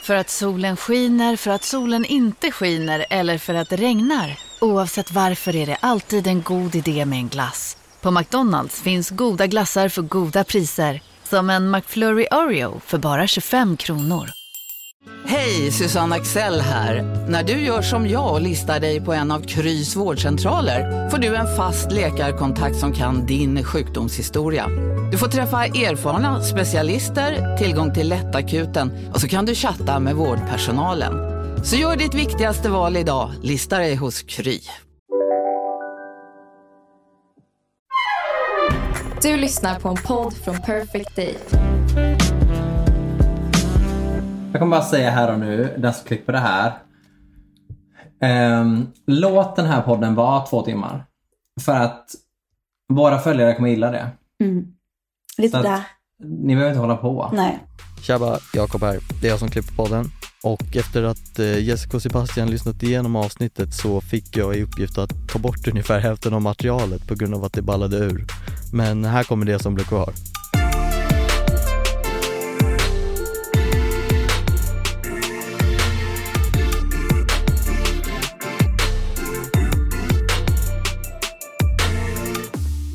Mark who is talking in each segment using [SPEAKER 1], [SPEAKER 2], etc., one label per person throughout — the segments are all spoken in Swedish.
[SPEAKER 1] För att solen skiner, för att solen inte skiner eller för att det regnar. Oavsett varför är det alltid en god idé med en glass. På McDonalds finns goda glassar för goda priser. Som en McFlurry Oreo för bara 25 kronor.
[SPEAKER 2] Hej, Susanne Axel här. När du gör som jag och listar dig på en av Krys vårdcentraler får du en fast läkarkontakt som kan din sjukdomshistoria. Du får träffa erfarna specialister, tillgång till lättakuten och så kan du chatta med vårdpersonalen. Så gör ditt viktigaste val idag, listar dig hos Kry.
[SPEAKER 3] Du lyssnar på en podd från Perfect Day.
[SPEAKER 4] Jag kommer bara säga här och nu, den som klipper det här. Ehm, låt den här podden vara två timmar. För att våra följare kommer gilla det. Så
[SPEAKER 5] Lite
[SPEAKER 4] att-
[SPEAKER 5] där.
[SPEAKER 4] Ni behöver inte hålla på.
[SPEAKER 5] Nej.
[SPEAKER 6] Tjaba, Jakob här. Det är jag som klipper podden. Och efter att eh, Jessica och Sebastian lyssnat igenom avsnittet så fick jag i uppgift att ta bort ungefär hälften av materialet på grund av att det ballade ur. Men här kommer det som blev kvar.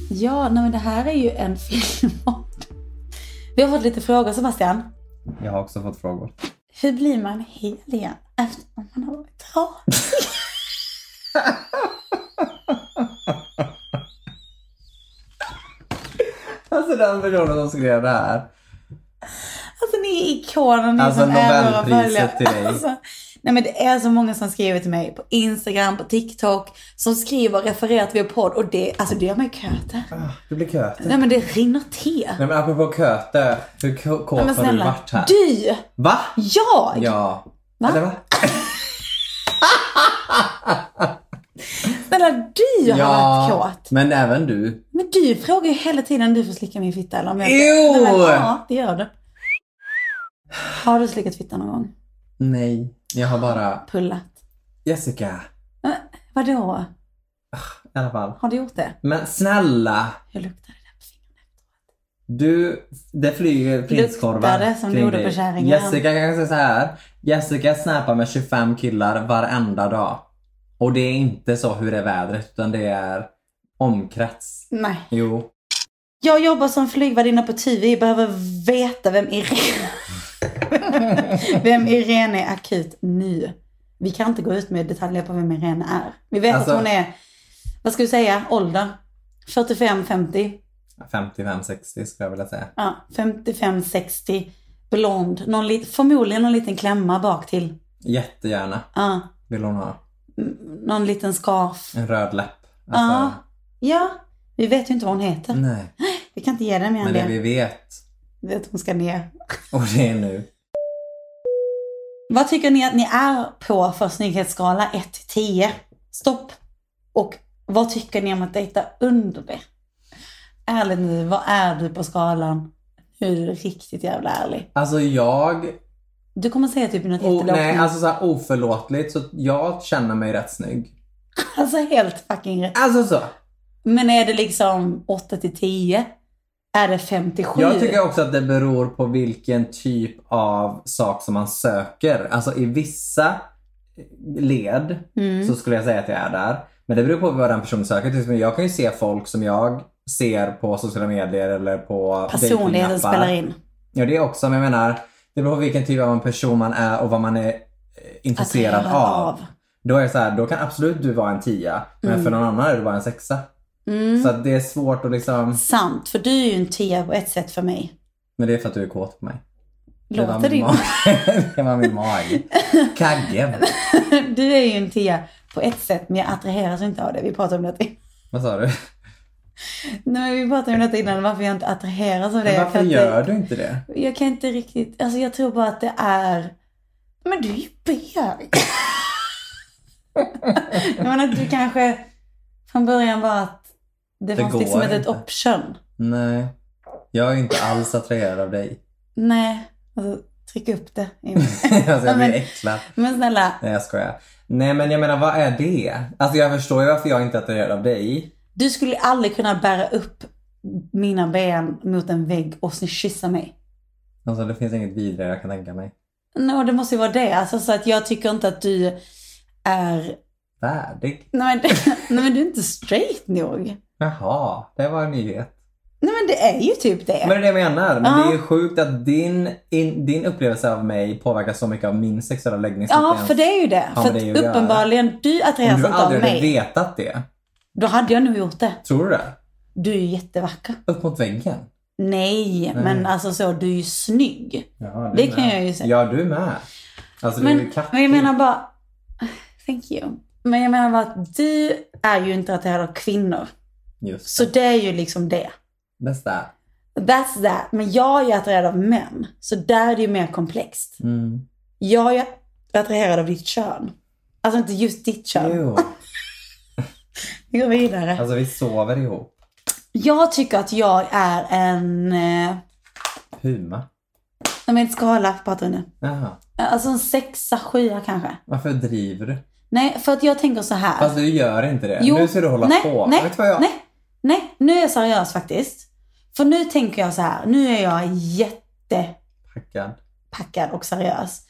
[SPEAKER 5] Ja, nej, men det här är ju en filmpodd. Vi har fått lite frågor Sebastian.
[SPEAKER 4] Jag har också fått frågor.
[SPEAKER 5] Hur blir man hel igen efter att man har varit trasig?
[SPEAKER 4] Alltså den personen som skrev det här.
[SPEAKER 5] Alltså ni är ikoner, ni
[SPEAKER 4] Alltså,
[SPEAKER 5] som är våra
[SPEAKER 4] Nobelpriset
[SPEAKER 5] följare.
[SPEAKER 4] till dig.
[SPEAKER 5] Alltså, nej men det är så många som skriver till mig på Instagram, på TikTok, som skriver och refererar till vår podd och det, alltså det gör mig köter.
[SPEAKER 4] Ah, Det blir köte.
[SPEAKER 5] Nej men det rinner till.
[SPEAKER 4] Nej men apropå köte, hur k-
[SPEAKER 5] Nej,
[SPEAKER 4] kåt
[SPEAKER 5] men
[SPEAKER 4] har du
[SPEAKER 5] snälla.
[SPEAKER 4] varit här?
[SPEAKER 5] Du!
[SPEAKER 4] Va?
[SPEAKER 5] Jag!
[SPEAKER 4] Ja.
[SPEAKER 5] Va?
[SPEAKER 4] Eller va?
[SPEAKER 5] Snälla du har varit kåt.
[SPEAKER 4] men även du.
[SPEAKER 5] Men du frågar ju hela tiden om du får slicka min fitta eller om jag
[SPEAKER 4] Ew!
[SPEAKER 5] Nej, men, ja, det gör du. Har du slickat fitta någon gång?
[SPEAKER 4] Nej, jag har bara...
[SPEAKER 5] Pullat?
[SPEAKER 4] Jessica.
[SPEAKER 5] Äh, vadå?
[SPEAKER 4] I alla fall.
[SPEAKER 5] Har du gjort det?
[SPEAKER 4] Men snälla.
[SPEAKER 5] Hur luktar det där på fingrarna?
[SPEAKER 4] Du, det flyger prinskorvar
[SPEAKER 5] Luktade som
[SPEAKER 4] kring dig.
[SPEAKER 5] Nordenbergskärringen.
[SPEAKER 4] Jessica kan säga så här. Jessica snappar med 25 killar varenda dag. Och det är inte så hur är vädret utan det är omkrets.
[SPEAKER 5] Nej.
[SPEAKER 4] Jo.
[SPEAKER 5] Jag jobbar som flygvärdinna på TUI. Jag behöver veta vem Irene... vem Irene är akut nu. Vi kan inte gå ut med detaljer på vem Irene är. Vi vet
[SPEAKER 4] Alltså-
[SPEAKER 5] att hon är, vad ska vi säga, ålder? 45, 50?
[SPEAKER 4] 55-60 skulle jag vilja säga.
[SPEAKER 5] Ja, 55, 60. Blond. Någon lit, förmodligen någon liten klämma bak till.
[SPEAKER 4] Jättegärna
[SPEAKER 5] Ja,
[SPEAKER 4] vill hon ha.
[SPEAKER 5] någon liten scarf.
[SPEAKER 4] En röd läpp. Alltså,
[SPEAKER 5] Ja. Ja, vi vet ju inte vad hon heter.
[SPEAKER 4] Nej.
[SPEAKER 5] Vi kan inte ge den mer än
[SPEAKER 4] Mm. Men det
[SPEAKER 5] det.
[SPEAKER 4] vi vet,
[SPEAKER 5] Vi vet att hon ska ner.
[SPEAKER 4] och det är nu.
[SPEAKER 5] Vad tycker ni att ni är på för snygghetsskala 1 till 10? Stopp. Och vad tycker ni om att dejta under det? Ärligt nu, vad är du på skalan? Nu är du riktigt jävla ärlig.
[SPEAKER 4] Alltså jag
[SPEAKER 5] Du kommer säga typ något
[SPEAKER 4] Oh,
[SPEAKER 5] jättelågt
[SPEAKER 4] nej,
[SPEAKER 5] nu.
[SPEAKER 4] alltså så här oförlåtligt. Så jag känner mig rätt snygg.
[SPEAKER 5] Alltså helt fucking rätt.
[SPEAKER 4] Alltså så.
[SPEAKER 5] Men är det liksom 8 till 10? Är det 57?
[SPEAKER 4] Jag tycker också att det beror på vilken typ av sak som man söker. Alltså i vissa led
[SPEAKER 5] Mm.
[SPEAKER 4] så skulle jag säga att jag är där. Men det beror på vad den personen söker. Till exempel, Jag kan ju se folk som jag ser på sociala medier eller på
[SPEAKER 5] Personligheten
[SPEAKER 4] datingappar.
[SPEAKER 5] spelar in.
[SPEAKER 4] Ja det också, men jag menar det beror på vilken typ av en person man är och vad man är eh, intresserad
[SPEAKER 5] Attraherad
[SPEAKER 4] av.
[SPEAKER 5] av.
[SPEAKER 4] Då är det så här, då kan absolut du vara en tia, men för någon annan är du bara en sexa.
[SPEAKER 5] Mm.
[SPEAKER 4] Så att det är svårt att liksom,
[SPEAKER 5] Sant, för du är ju en 10 på ett sätt för mig.
[SPEAKER 4] men det är för att du är kåt på mig. Det var min
[SPEAKER 5] Låter det inte?
[SPEAKER 4] mag- Det var min mage. Kaggen.
[SPEAKER 5] Du är ju en tia på ett sätt, men jag attraheras ju inte av det. Vi pratade om det, innan.
[SPEAKER 4] Vad sa du?
[SPEAKER 5] Nej, men vi pratade om detta innan, varför jag inte attraheras av det.
[SPEAKER 4] Men
[SPEAKER 5] Jag
[SPEAKER 4] varför
[SPEAKER 5] kan
[SPEAKER 4] gör
[SPEAKER 5] inte,
[SPEAKER 4] du inte det?
[SPEAKER 5] Jag kan inte riktigt, alltså jag tror bara att det är... Men du är ju bög! jag menar att du kanske från början var att det,
[SPEAKER 4] Det
[SPEAKER 5] fanns
[SPEAKER 4] går
[SPEAKER 5] liksom inte ett
[SPEAKER 4] inte.
[SPEAKER 5] option.
[SPEAKER 4] Nej. Jag är inte alls attraherad av dig.
[SPEAKER 5] Nej, alltså tryck upp det.
[SPEAKER 4] alltså jag
[SPEAKER 5] men,
[SPEAKER 4] blir äcklad.
[SPEAKER 5] men snälla,
[SPEAKER 4] Nej jag skojar. Nej men jag menar vad är det? Alltså jag förstår ju varför jag inte är attraherad av dig.
[SPEAKER 5] du skulle aldrig kunna bära upp mina ben mot en vägg och sen kyssa mig.
[SPEAKER 4] Alltså det finns inget vidare jag kan tänka mig.
[SPEAKER 5] No, det måste ju vara det. Alltså, så att jag tycker inte att du är...
[SPEAKER 4] Värdig.
[SPEAKER 5] Nej men, nej, men du är inte straight nog.
[SPEAKER 4] Jaha, det var en nyhet.
[SPEAKER 5] Nej men det är ju typ det.
[SPEAKER 4] Men det är det jag menar. Men
[SPEAKER 5] Ja.
[SPEAKER 4] det är ju sjukt att din, in, din upplevelse av mig påverkar så mycket av min sexuella läggning. så
[SPEAKER 5] ja,
[SPEAKER 4] att
[SPEAKER 5] för det är ju det.
[SPEAKER 4] Ja,
[SPEAKER 5] för
[SPEAKER 4] men det är ju
[SPEAKER 5] att
[SPEAKER 4] det.
[SPEAKER 5] uppenbarligen, du
[SPEAKER 4] Om
[SPEAKER 5] attraheras
[SPEAKER 4] du
[SPEAKER 5] inte av
[SPEAKER 4] aldrig hade
[SPEAKER 5] mig.
[SPEAKER 4] vetat det,
[SPEAKER 5] Då hade jag nog gjort det.
[SPEAKER 4] tror du det?
[SPEAKER 5] Du är ju jättevacker.
[SPEAKER 4] Upp mot väggen?
[SPEAKER 5] Nej,
[SPEAKER 4] Nej.
[SPEAKER 5] men alltså så, du är ju snygg.
[SPEAKER 4] Ja,
[SPEAKER 5] Det kan jag ju säga.
[SPEAKER 4] Ja, du med. Alltså, du är
[SPEAKER 5] Men,
[SPEAKER 4] ju kattig.
[SPEAKER 5] men jag menar bara... Thank you. Men jag menar bara att du är ju inte attraherad av kvinnor.
[SPEAKER 4] Just
[SPEAKER 5] Så det är ju liksom det.
[SPEAKER 4] Nästa.
[SPEAKER 5] That's that. Men jag är ju attraherad av män. Så där är det ju mer komplext.
[SPEAKER 4] Mm.
[SPEAKER 5] Jag är attraherad av ditt kön. Alltså inte just ditt kön.
[SPEAKER 4] Jo.
[SPEAKER 5] Vi går vidare.
[SPEAKER 4] Alltså vi sover ihop.
[SPEAKER 5] Jag tycker att jag är en... eh,
[SPEAKER 4] Puma.
[SPEAKER 5] Nej men skala pratar vi nu.
[SPEAKER 4] Jaha.
[SPEAKER 5] Alltså en sexa, sjua kanske.
[SPEAKER 4] Varför driver du?
[SPEAKER 5] Nej, för att jag tänker så här.
[SPEAKER 4] Fast du gör inte det.
[SPEAKER 5] Jo,
[SPEAKER 4] nu ska du hålla
[SPEAKER 5] nej,
[SPEAKER 4] på.
[SPEAKER 5] Nej,
[SPEAKER 4] Vet du vad jag...
[SPEAKER 5] nej, nej, nu är jag seriös faktiskt. För nu tänker jag så här. Nu är jag jättepackad
[SPEAKER 4] Packad.
[SPEAKER 5] och seriös.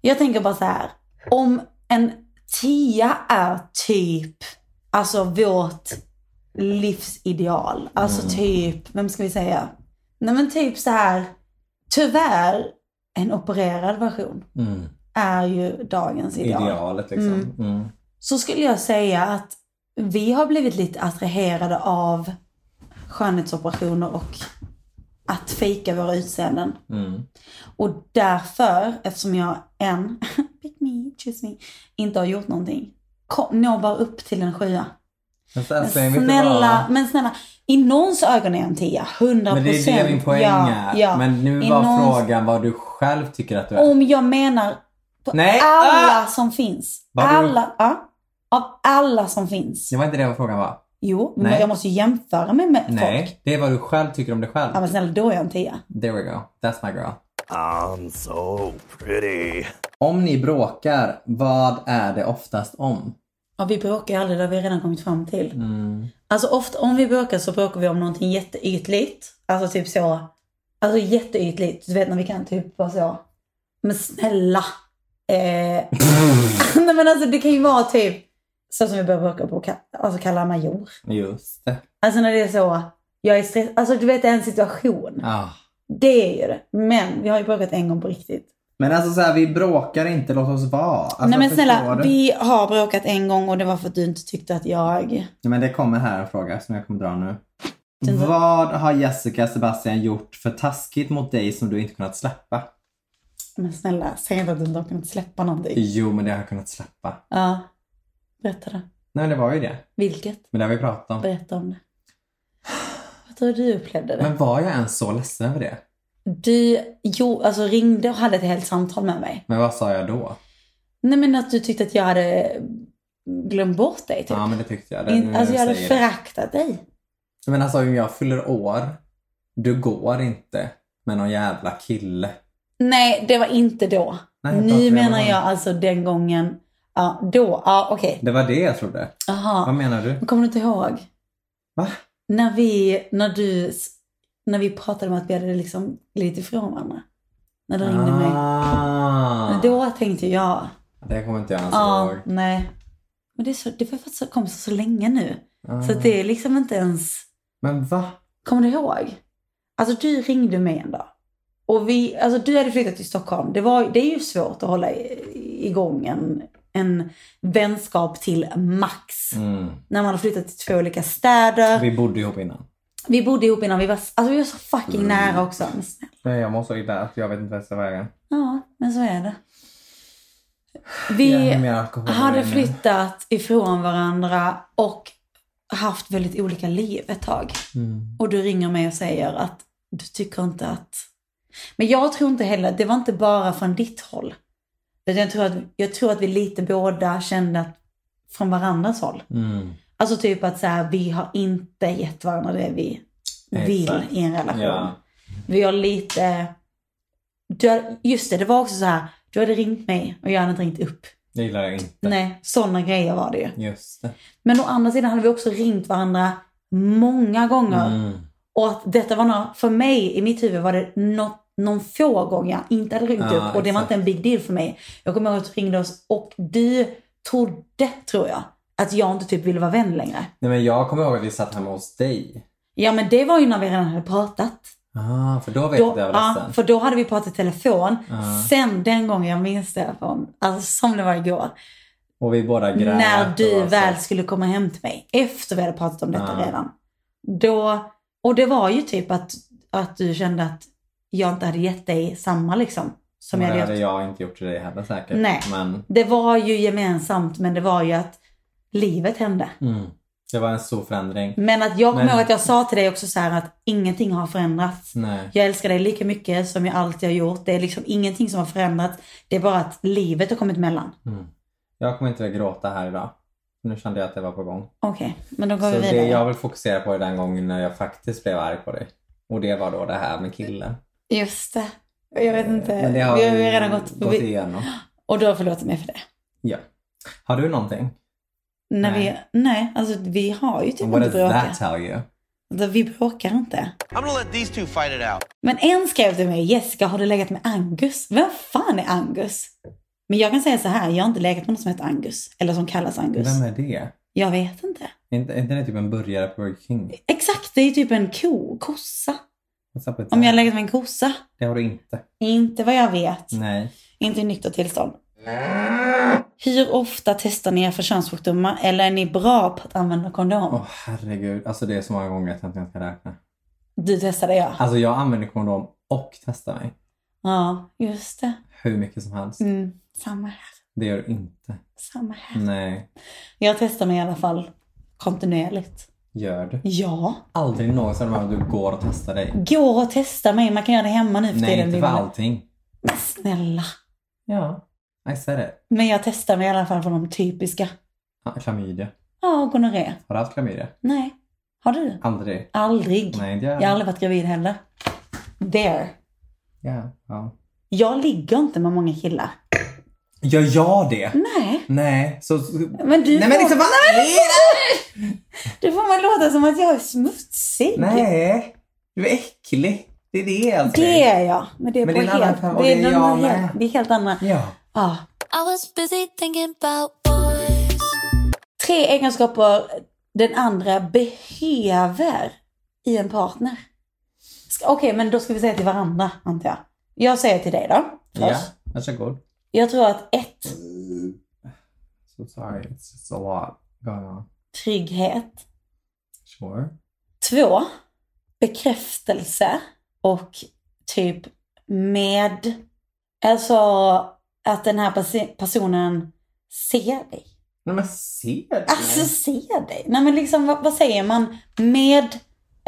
[SPEAKER 5] Jag tänker bara så här. Om en tia är typ, alltså vårt livsideal. Alltså
[SPEAKER 4] Mm.
[SPEAKER 5] typ, vem ska vi säga? Nej men typ så här. Tyvärr, en opererad version
[SPEAKER 4] Mm.
[SPEAKER 5] är ju dagens ideal.
[SPEAKER 4] Idealet liksom. Mm.
[SPEAKER 5] Så skulle jag säga att vi har blivit lite attraherade av skönhetsoperationer och att fejka våra utseenden.
[SPEAKER 4] Mm.
[SPEAKER 5] Och därför, eftersom jag än, pick me, choose me, inte har gjort någonting, kom- når bara upp till en sjua.
[SPEAKER 4] Men så
[SPEAKER 5] Men
[SPEAKER 4] älskling, vet du
[SPEAKER 5] snälla,
[SPEAKER 4] vad?
[SPEAKER 5] men snälla, i någons ögon är jag en tia, 100%.
[SPEAKER 4] Men det är det min poäng
[SPEAKER 5] ja,
[SPEAKER 4] är.
[SPEAKER 5] Ja.
[SPEAKER 4] Men nu
[SPEAKER 5] I Oh.
[SPEAKER 4] var
[SPEAKER 5] någons-
[SPEAKER 4] frågan vad du själv tycker att du är.
[SPEAKER 5] Om jag menar på
[SPEAKER 4] Nej, Ah!
[SPEAKER 5] alla som finns.
[SPEAKER 4] Vad du-
[SPEAKER 5] alla, ja, av alla som finns.
[SPEAKER 4] Det var inte det vad frågan var.
[SPEAKER 5] Jo, men
[SPEAKER 4] Nej.
[SPEAKER 5] jag måste ju jämföra mig med folk.
[SPEAKER 4] Nej, det är vad du själv tycker om dig själv.
[SPEAKER 5] Ja men snälla, då är jag en tia.
[SPEAKER 4] There we go. That's my girl.
[SPEAKER 7] I'm so pretty.
[SPEAKER 4] Om ni bråkar, vad är det oftast om?
[SPEAKER 5] Ja, vi bråkar ju aldrig, det har vi redan kommit fram till.
[SPEAKER 4] Mm,
[SPEAKER 5] Alltså ofta om vi bråkar så bråkar vi om någonting jätteytligt. Alltså typ så, alltså jätteytligt. Du vet när vi kan typ vara så, men snälla. Eh, nej men alltså det kan ju vara typ så som vi börjar bråka på ka- alltså kalla major.
[SPEAKER 4] Just det.
[SPEAKER 5] Alltså när det är så, jag är stressad. Alltså du vet det är en situation.
[SPEAKER 4] Ah.
[SPEAKER 5] Det är ju det. Men vi har ju bråkat en gång på riktigt.
[SPEAKER 4] Men alltså så här, vi bråkar inte, låt oss vara. Alltså,
[SPEAKER 5] Nej men
[SPEAKER 4] förstår
[SPEAKER 5] snälla,
[SPEAKER 4] du?
[SPEAKER 5] vi har bråkat en gång och det var för att du inte tyckte att jag...
[SPEAKER 4] Nej, Men det kommer här en fråga som jag kommer dra nu.
[SPEAKER 5] Den-
[SPEAKER 4] Vad har Jessica Sebastian gjort för taskigt mot dig som du inte kunnat släppa?
[SPEAKER 5] Men snälla, säg inte att du inte har kunnat släppa någonting.
[SPEAKER 4] Jo, men det har jag kunnat släppa.
[SPEAKER 5] Ja. Berätta då.
[SPEAKER 4] Nej, det var ju det.
[SPEAKER 5] Vilket?
[SPEAKER 4] Men det har vi pratat om.
[SPEAKER 5] Berätta om det. Jag tror du upplevde det.
[SPEAKER 4] Men var jag ens så ledsen över det?
[SPEAKER 5] Du jo, alltså, ringde och hade ett helt samtal med mig.
[SPEAKER 4] Men vad sa jag
[SPEAKER 5] Typ.
[SPEAKER 4] då?
[SPEAKER 5] Nej men att du tyckte att jag hade glömt bort dig typ.
[SPEAKER 4] Ja, men det tyckte jag. Det, nu
[SPEAKER 5] In,
[SPEAKER 4] när
[SPEAKER 5] alltså
[SPEAKER 4] du
[SPEAKER 5] jag hade
[SPEAKER 4] säger det.
[SPEAKER 5] föraktat dig.
[SPEAKER 4] Men alltså om jag fyller år, du går inte med någon jävla kille.
[SPEAKER 5] Nej, det var inte då.
[SPEAKER 4] Nej, jag pratar
[SPEAKER 5] nu
[SPEAKER 4] om-
[SPEAKER 5] menar jag alltså den gången. Ja, då. Ja, okej.
[SPEAKER 4] Det var det jag trodde. Vad
[SPEAKER 5] Jaha.
[SPEAKER 4] menar du?
[SPEAKER 5] Men Kommer du inte ihåg?
[SPEAKER 4] Mm. Va?
[SPEAKER 5] När vi, när du, när vi pratade om att vi hade liksom glidit ifrån varandra. När du ringde mig.
[SPEAKER 4] Ah.
[SPEAKER 5] Men Då tänkte jag,
[SPEAKER 4] Det kommer inte jag ens
[SPEAKER 5] ja,
[SPEAKER 4] ihåg.
[SPEAKER 5] nej. Men det är så, det var för att det kom så, så länge nu.
[SPEAKER 4] Ah.
[SPEAKER 5] Så att det är liksom inte ens,
[SPEAKER 4] Men va?
[SPEAKER 5] kommer du ihåg? Alltså du ringde mig en dag. Och vi, alltså du hade flyttat till Stockholm. Det, var, det är ju svårt att hålla i- igång en, en vänskap till max.
[SPEAKER 4] Mm.
[SPEAKER 5] När man har flyttat till två olika städer.
[SPEAKER 4] Vi bodde ihop innan.
[SPEAKER 5] Vi bodde ihop innan vi var, alltså vi var så fucking
[SPEAKER 4] Mm.
[SPEAKER 5] nära också. Men snälla.
[SPEAKER 4] Nej, jag mår så illa att jag vet inte vart jag ska vägen.
[SPEAKER 5] Ja, men så är det.
[SPEAKER 4] Jag har
[SPEAKER 5] Vi
[SPEAKER 4] mer alkohol
[SPEAKER 5] hade
[SPEAKER 4] än-
[SPEAKER 5] flyttat ifrån varandra och haft väldigt olika liv ett tag.
[SPEAKER 4] Mm.
[SPEAKER 5] Och du ringer mig och säger att du tycker inte att... Men jag tror inte heller, det var inte bara från ditt håll. Utan Jag tror att, jag tror att vi lite båda kände att från varandras håll.
[SPEAKER 4] Mm.
[SPEAKER 5] Alltså typ att så här, vi har inte gett varandra det vi vill
[SPEAKER 4] Exakt.
[SPEAKER 5] i en relation.
[SPEAKER 4] Ja.
[SPEAKER 5] Vi har lite... Du har, just det, det var också så här. Du hade ringt mig och jag hade inte ringt upp.
[SPEAKER 4] Det gillar jag inte.
[SPEAKER 5] Nej, sådana grejer var det ju.
[SPEAKER 4] Just det.
[SPEAKER 5] Men å andra sidan hade vi också ringt varandra många gånger.
[SPEAKER 4] Mm.
[SPEAKER 5] Och att detta var några, för mig i mitt huvud var det något någon få gånger, inte hade ringt
[SPEAKER 4] Ja,
[SPEAKER 5] upp. Och det var
[SPEAKER 4] exakt.
[SPEAKER 5] inte en big deal för mig. Jag kommer ihåg att du ringde oss och du trodde, tror jag, att jag inte typ ville vara vän längre.
[SPEAKER 4] Nej men jag kommer ihåg att vi satt hemma hos dig.
[SPEAKER 5] Ja men det var ju när vi redan hade pratat.
[SPEAKER 4] Ah, för då vet
[SPEAKER 5] Då,
[SPEAKER 4] jag att jag var
[SPEAKER 5] ja,
[SPEAKER 4] ledsen.
[SPEAKER 5] för då hade vi pratat i telefon.
[SPEAKER 4] Ja.
[SPEAKER 5] Sen den gången jag minns det, från, alltså, som det var igår.
[SPEAKER 4] Och vi båda grät.
[SPEAKER 5] när du
[SPEAKER 4] och så.
[SPEAKER 5] väl skulle komma hem till mig. Efter vi hade pratat om detta
[SPEAKER 4] Ja.
[SPEAKER 5] redan. Då, och det var ju typ att, att du kände att jag inte hade gett dig samma liksom. Som jag
[SPEAKER 4] det
[SPEAKER 5] hade
[SPEAKER 4] hade
[SPEAKER 5] gjort.
[SPEAKER 4] jag inte gjort till dig heller säkert.
[SPEAKER 5] Nej.
[SPEAKER 4] Men
[SPEAKER 5] Det var ju gemensamt men det var ju att livet hände.
[SPEAKER 4] mm, det var en stor förändring.
[SPEAKER 5] Men att jag kommer
[SPEAKER 4] Men- Mm.
[SPEAKER 5] ihåg att jag sa till dig också så här att ingenting har förändrats.
[SPEAKER 4] Nej.
[SPEAKER 5] Jag älskar dig lika mycket som jag alltid har gjort. Det är liksom ingenting som har förändrats. Det är bara att livet har kommit mellan.
[SPEAKER 4] Mm. Jag kommer inte att gråta här idag. Nu kände jag att det var på gång.
[SPEAKER 5] Okej, men då går
[SPEAKER 4] så
[SPEAKER 5] vi
[SPEAKER 4] det
[SPEAKER 5] vidare.
[SPEAKER 4] jag vill fokusera på är den gången när jag faktiskt blev arg på dig. Och det var då det här med killen.
[SPEAKER 5] Just det. Jag vet inte.
[SPEAKER 4] Men det har
[SPEAKER 5] vi har ju redan gått
[SPEAKER 4] gått
[SPEAKER 5] förbi.
[SPEAKER 4] igenom.
[SPEAKER 5] Och då förlåter mig för det.
[SPEAKER 4] Ja. Har du någonting?
[SPEAKER 5] När
[SPEAKER 4] Nej.
[SPEAKER 5] Vi, nej, alltså vi har ju typ
[SPEAKER 4] What
[SPEAKER 5] inte
[SPEAKER 4] does that
[SPEAKER 5] bråkat.
[SPEAKER 4] tell you?
[SPEAKER 5] Alltså, Vi bråkar inte.
[SPEAKER 8] I'm gonna let these two fight it out.
[SPEAKER 5] Men en skrev till mig, Jessica har du legat med Angus? Vem fan är Angus? Men jag kan säga så här, jag har inte legat med någon som heter Angus. Eller som kallas Angus.
[SPEAKER 4] Vem är det?
[SPEAKER 5] Jag vet inte.
[SPEAKER 4] Är inte är inte det typ en burgare på Burger King?
[SPEAKER 5] Exakt, det är ju typ en ko, kossa.
[SPEAKER 4] What's up with
[SPEAKER 5] Om jag
[SPEAKER 4] that?
[SPEAKER 5] har legat med en kossa.
[SPEAKER 4] Det har du inte.
[SPEAKER 5] Inte vad jag vet.
[SPEAKER 4] Nej.
[SPEAKER 5] Inte i nyktert tillstånd. Hur ofta testar ni er för könssjukdomar? Eller är ni bra på att använda kondom?
[SPEAKER 4] Åh herregud. Alltså det är så många gånger att jag inte ens kan räkna.
[SPEAKER 5] Du testade jag.
[SPEAKER 4] Alltså jag använder kondom och testar mig.
[SPEAKER 5] Ja, just det.
[SPEAKER 4] Hur mycket som helst.
[SPEAKER 5] Mm. Samma här.
[SPEAKER 4] Det gör du inte.
[SPEAKER 5] Samma här.
[SPEAKER 4] Nej.
[SPEAKER 5] Jag testar mig i alla fall kontinuerligt.
[SPEAKER 4] Gör du?
[SPEAKER 5] Ja.
[SPEAKER 4] Aldrig någonsin om du går och testar dig.
[SPEAKER 5] Går och testa mig. Man kan göra det hemma nu för
[SPEAKER 4] Nej,
[SPEAKER 5] tiden.
[SPEAKER 4] inte för allting.
[SPEAKER 5] Men snälla.
[SPEAKER 4] Ja. I said it.
[SPEAKER 5] Men jag testar mig i alla fall för de typiska.
[SPEAKER 4] Ja, Klamydia.
[SPEAKER 5] Ja, och gonorré.
[SPEAKER 4] Har du haft klamydia?
[SPEAKER 5] Nej. Har du?
[SPEAKER 4] Aldrig.
[SPEAKER 5] Aldrig.
[SPEAKER 4] Nej, det
[SPEAKER 5] Jag har aldrig varit gravid heller. There.
[SPEAKER 4] Ja, ja.
[SPEAKER 5] Jag ligger inte med många killar.
[SPEAKER 4] Gör jag det?
[SPEAKER 5] Nej.
[SPEAKER 4] Nej, så...
[SPEAKER 5] Mm. Men du,
[SPEAKER 4] Nej men
[SPEAKER 5] får,
[SPEAKER 4] liksom vad
[SPEAKER 5] du får mig låta som att jag är smutsig.
[SPEAKER 4] Nej, du är äcklig. Det är det älskling.
[SPEAKER 5] Det är jag. Men det är
[SPEAKER 4] Men
[SPEAKER 5] på
[SPEAKER 4] det är en annan
[SPEAKER 5] helt...
[SPEAKER 4] fem- och det är
[SPEAKER 5] någon
[SPEAKER 4] jag
[SPEAKER 5] helt-
[SPEAKER 4] med.
[SPEAKER 5] Det är helt annan...
[SPEAKER 4] Ja.
[SPEAKER 5] Ja.
[SPEAKER 9] I was busy thinking about boys.
[SPEAKER 5] tre egenskaper den andra behöver i en partner. Ska- Okej, men då ska vi säga till varandra, antar jag. Jag säger till dig då.
[SPEAKER 4] Ja,
[SPEAKER 5] först.
[SPEAKER 4] varsågod.
[SPEAKER 5] Jag tror att ett,
[SPEAKER 4] So sorry, it's just a lot going on.
[SPEAKER 5] trygghet.
[SPEAKER 4] Sure.
[SPEAKER 5] Två, bekräftelse och typ med. Alltså att den här perso- personen ser dig.
[SPEAKER 4] Nej men ser du?
[SPEAKER 5] Alltså se dig. Nej men liksom vad, vad säger man? Med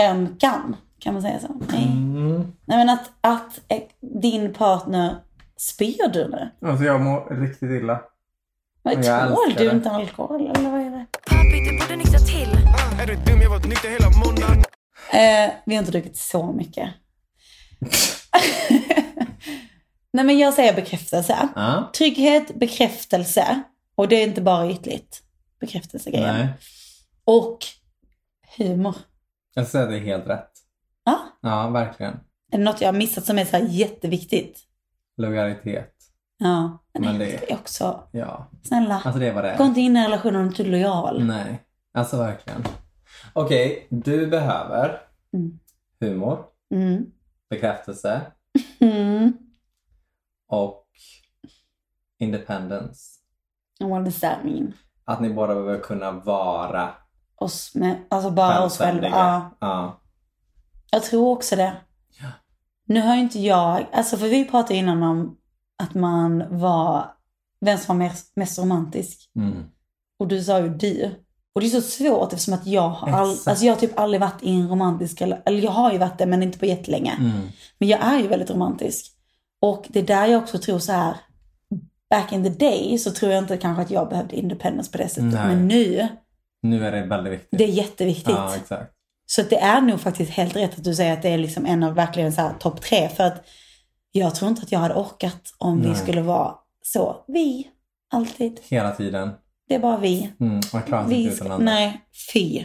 [SPEAKER 5] ömkan. Kan man säga så? Nej.
[SPEAKER 4] Mm.
[SPEAKER 5] Nej men att, att eh, din partner spyr du nu?
[SPEAKER 4] Alltså jag mår riktigt illa.
[SPEAKER 5] Vad
[SPEAKER 4] Men jag
[SPEAKER 5] tål
[SPEAKER 4] älskar
[SPEAKER 5] du
[SPEAKER 4] det.
[SPEAKER 5] inte alkohol eller vad är det? Eh, vi har inte druckit så mycket. Nej men jag säger bekräftelse.
[SPEAKER 4] Ja.
[SPEAKER 5] Trygghet, bekräftelse. Och det är inte bara ytligt. Bekräftelsegrejen.
[SPEAKER 4] Nej.
[SPEAKER 5] Och humor.
[SPEAKER 4] Jag säger att det är helt rätt.
[SPEAKER 5] Ja.
[SPEAKER 4] Ja, verkligen.
[SPEAKER 5] Är det något jag har missat som är så här jätteviktigt?
[SPEAKER 4] Lojalitet.
[SPEAKER 5] Ja.
[SPEAKER 4] Men
[SPEAKER 5] Men
[SPEAKER 4] det-
[SPEAKER 5] det är också...
[SPEAKER 4] Ja.
[SPEAKER 5] Snälla.
[SPEAKER 4] Alltså det var det är.
[SPEAKER 5] Gå inte in i en relation om du inte är lojal.
[SPEAKER 4] Nej, alltså verkligen. Okej, du behöver
[SPEAKER 5] Mm.
[SPEAKER 4] humor,
[SPEAKER 5] Mm.
[SPEAKER 4] bekräftelse
[SPEAKER 5] Mm.
[SPEAKER 4] och independence.
[SPEAKER 5] What does that mean?
[SPEAKER 4] Att ni båda behöver kunna vara
[SPEAKER 5] Oss med, alltså bara oss själva. Ja,
[SPEAKER 4] Ja.
[SPEAKER 5] jag tror också det. Nu har ju inte jag, alltså för vi pratade innan om att man var, vem som var mest, mest romantisk.
[SPEAKER 4] Mm.
[SPEAKER 5] Och du sa ju du. Och det är så svårt eftersom att jag har, all,
[SPEAKER 4] Exakt.
[SPEAKER 5] alltså jag har typ aldrig varit i en romantisk relation. Eller jag har ju varit det men inte på jättelänge.
[SPEAKER 4] Mm.
[SPEAKER 5] Men jag är ju väldigt romantisk. Och det är där jag också tror så här. Back in the day så tror jag inte kanske att jag behövde independence på det sättet.
[SPEAKER 4] Nej.
[SPEAKER 5] Men nu,
[SPEAKER 4] Nu är det väldigt viktigt.
[SPEAKER 5] det är jätteviktigt.
[SPEAKER 4] Ja, exakt.
[SPEAKER 5] Så att det är nog faktiskt helt rätt att du säger att det är liksom en av verkligen så här topp tre. För att jag tror inte att jag hade orkat om vi
[SPEAKER 4] Nej.
[SPEAKER 5] skulle vara så. Vi, alltid.
[SPEAKER 4] Hela tiden.
[SPEAKER 5] Det är bara vi.
[SPEAKER 4] Mm. Man klarar sig
[SPEAKER 5] vi
[SPEAKER 4] inte utan
[SPEAKER 5] ska,
[SPEAKER 4] andra.
[SPEAKER 5] nej, fy.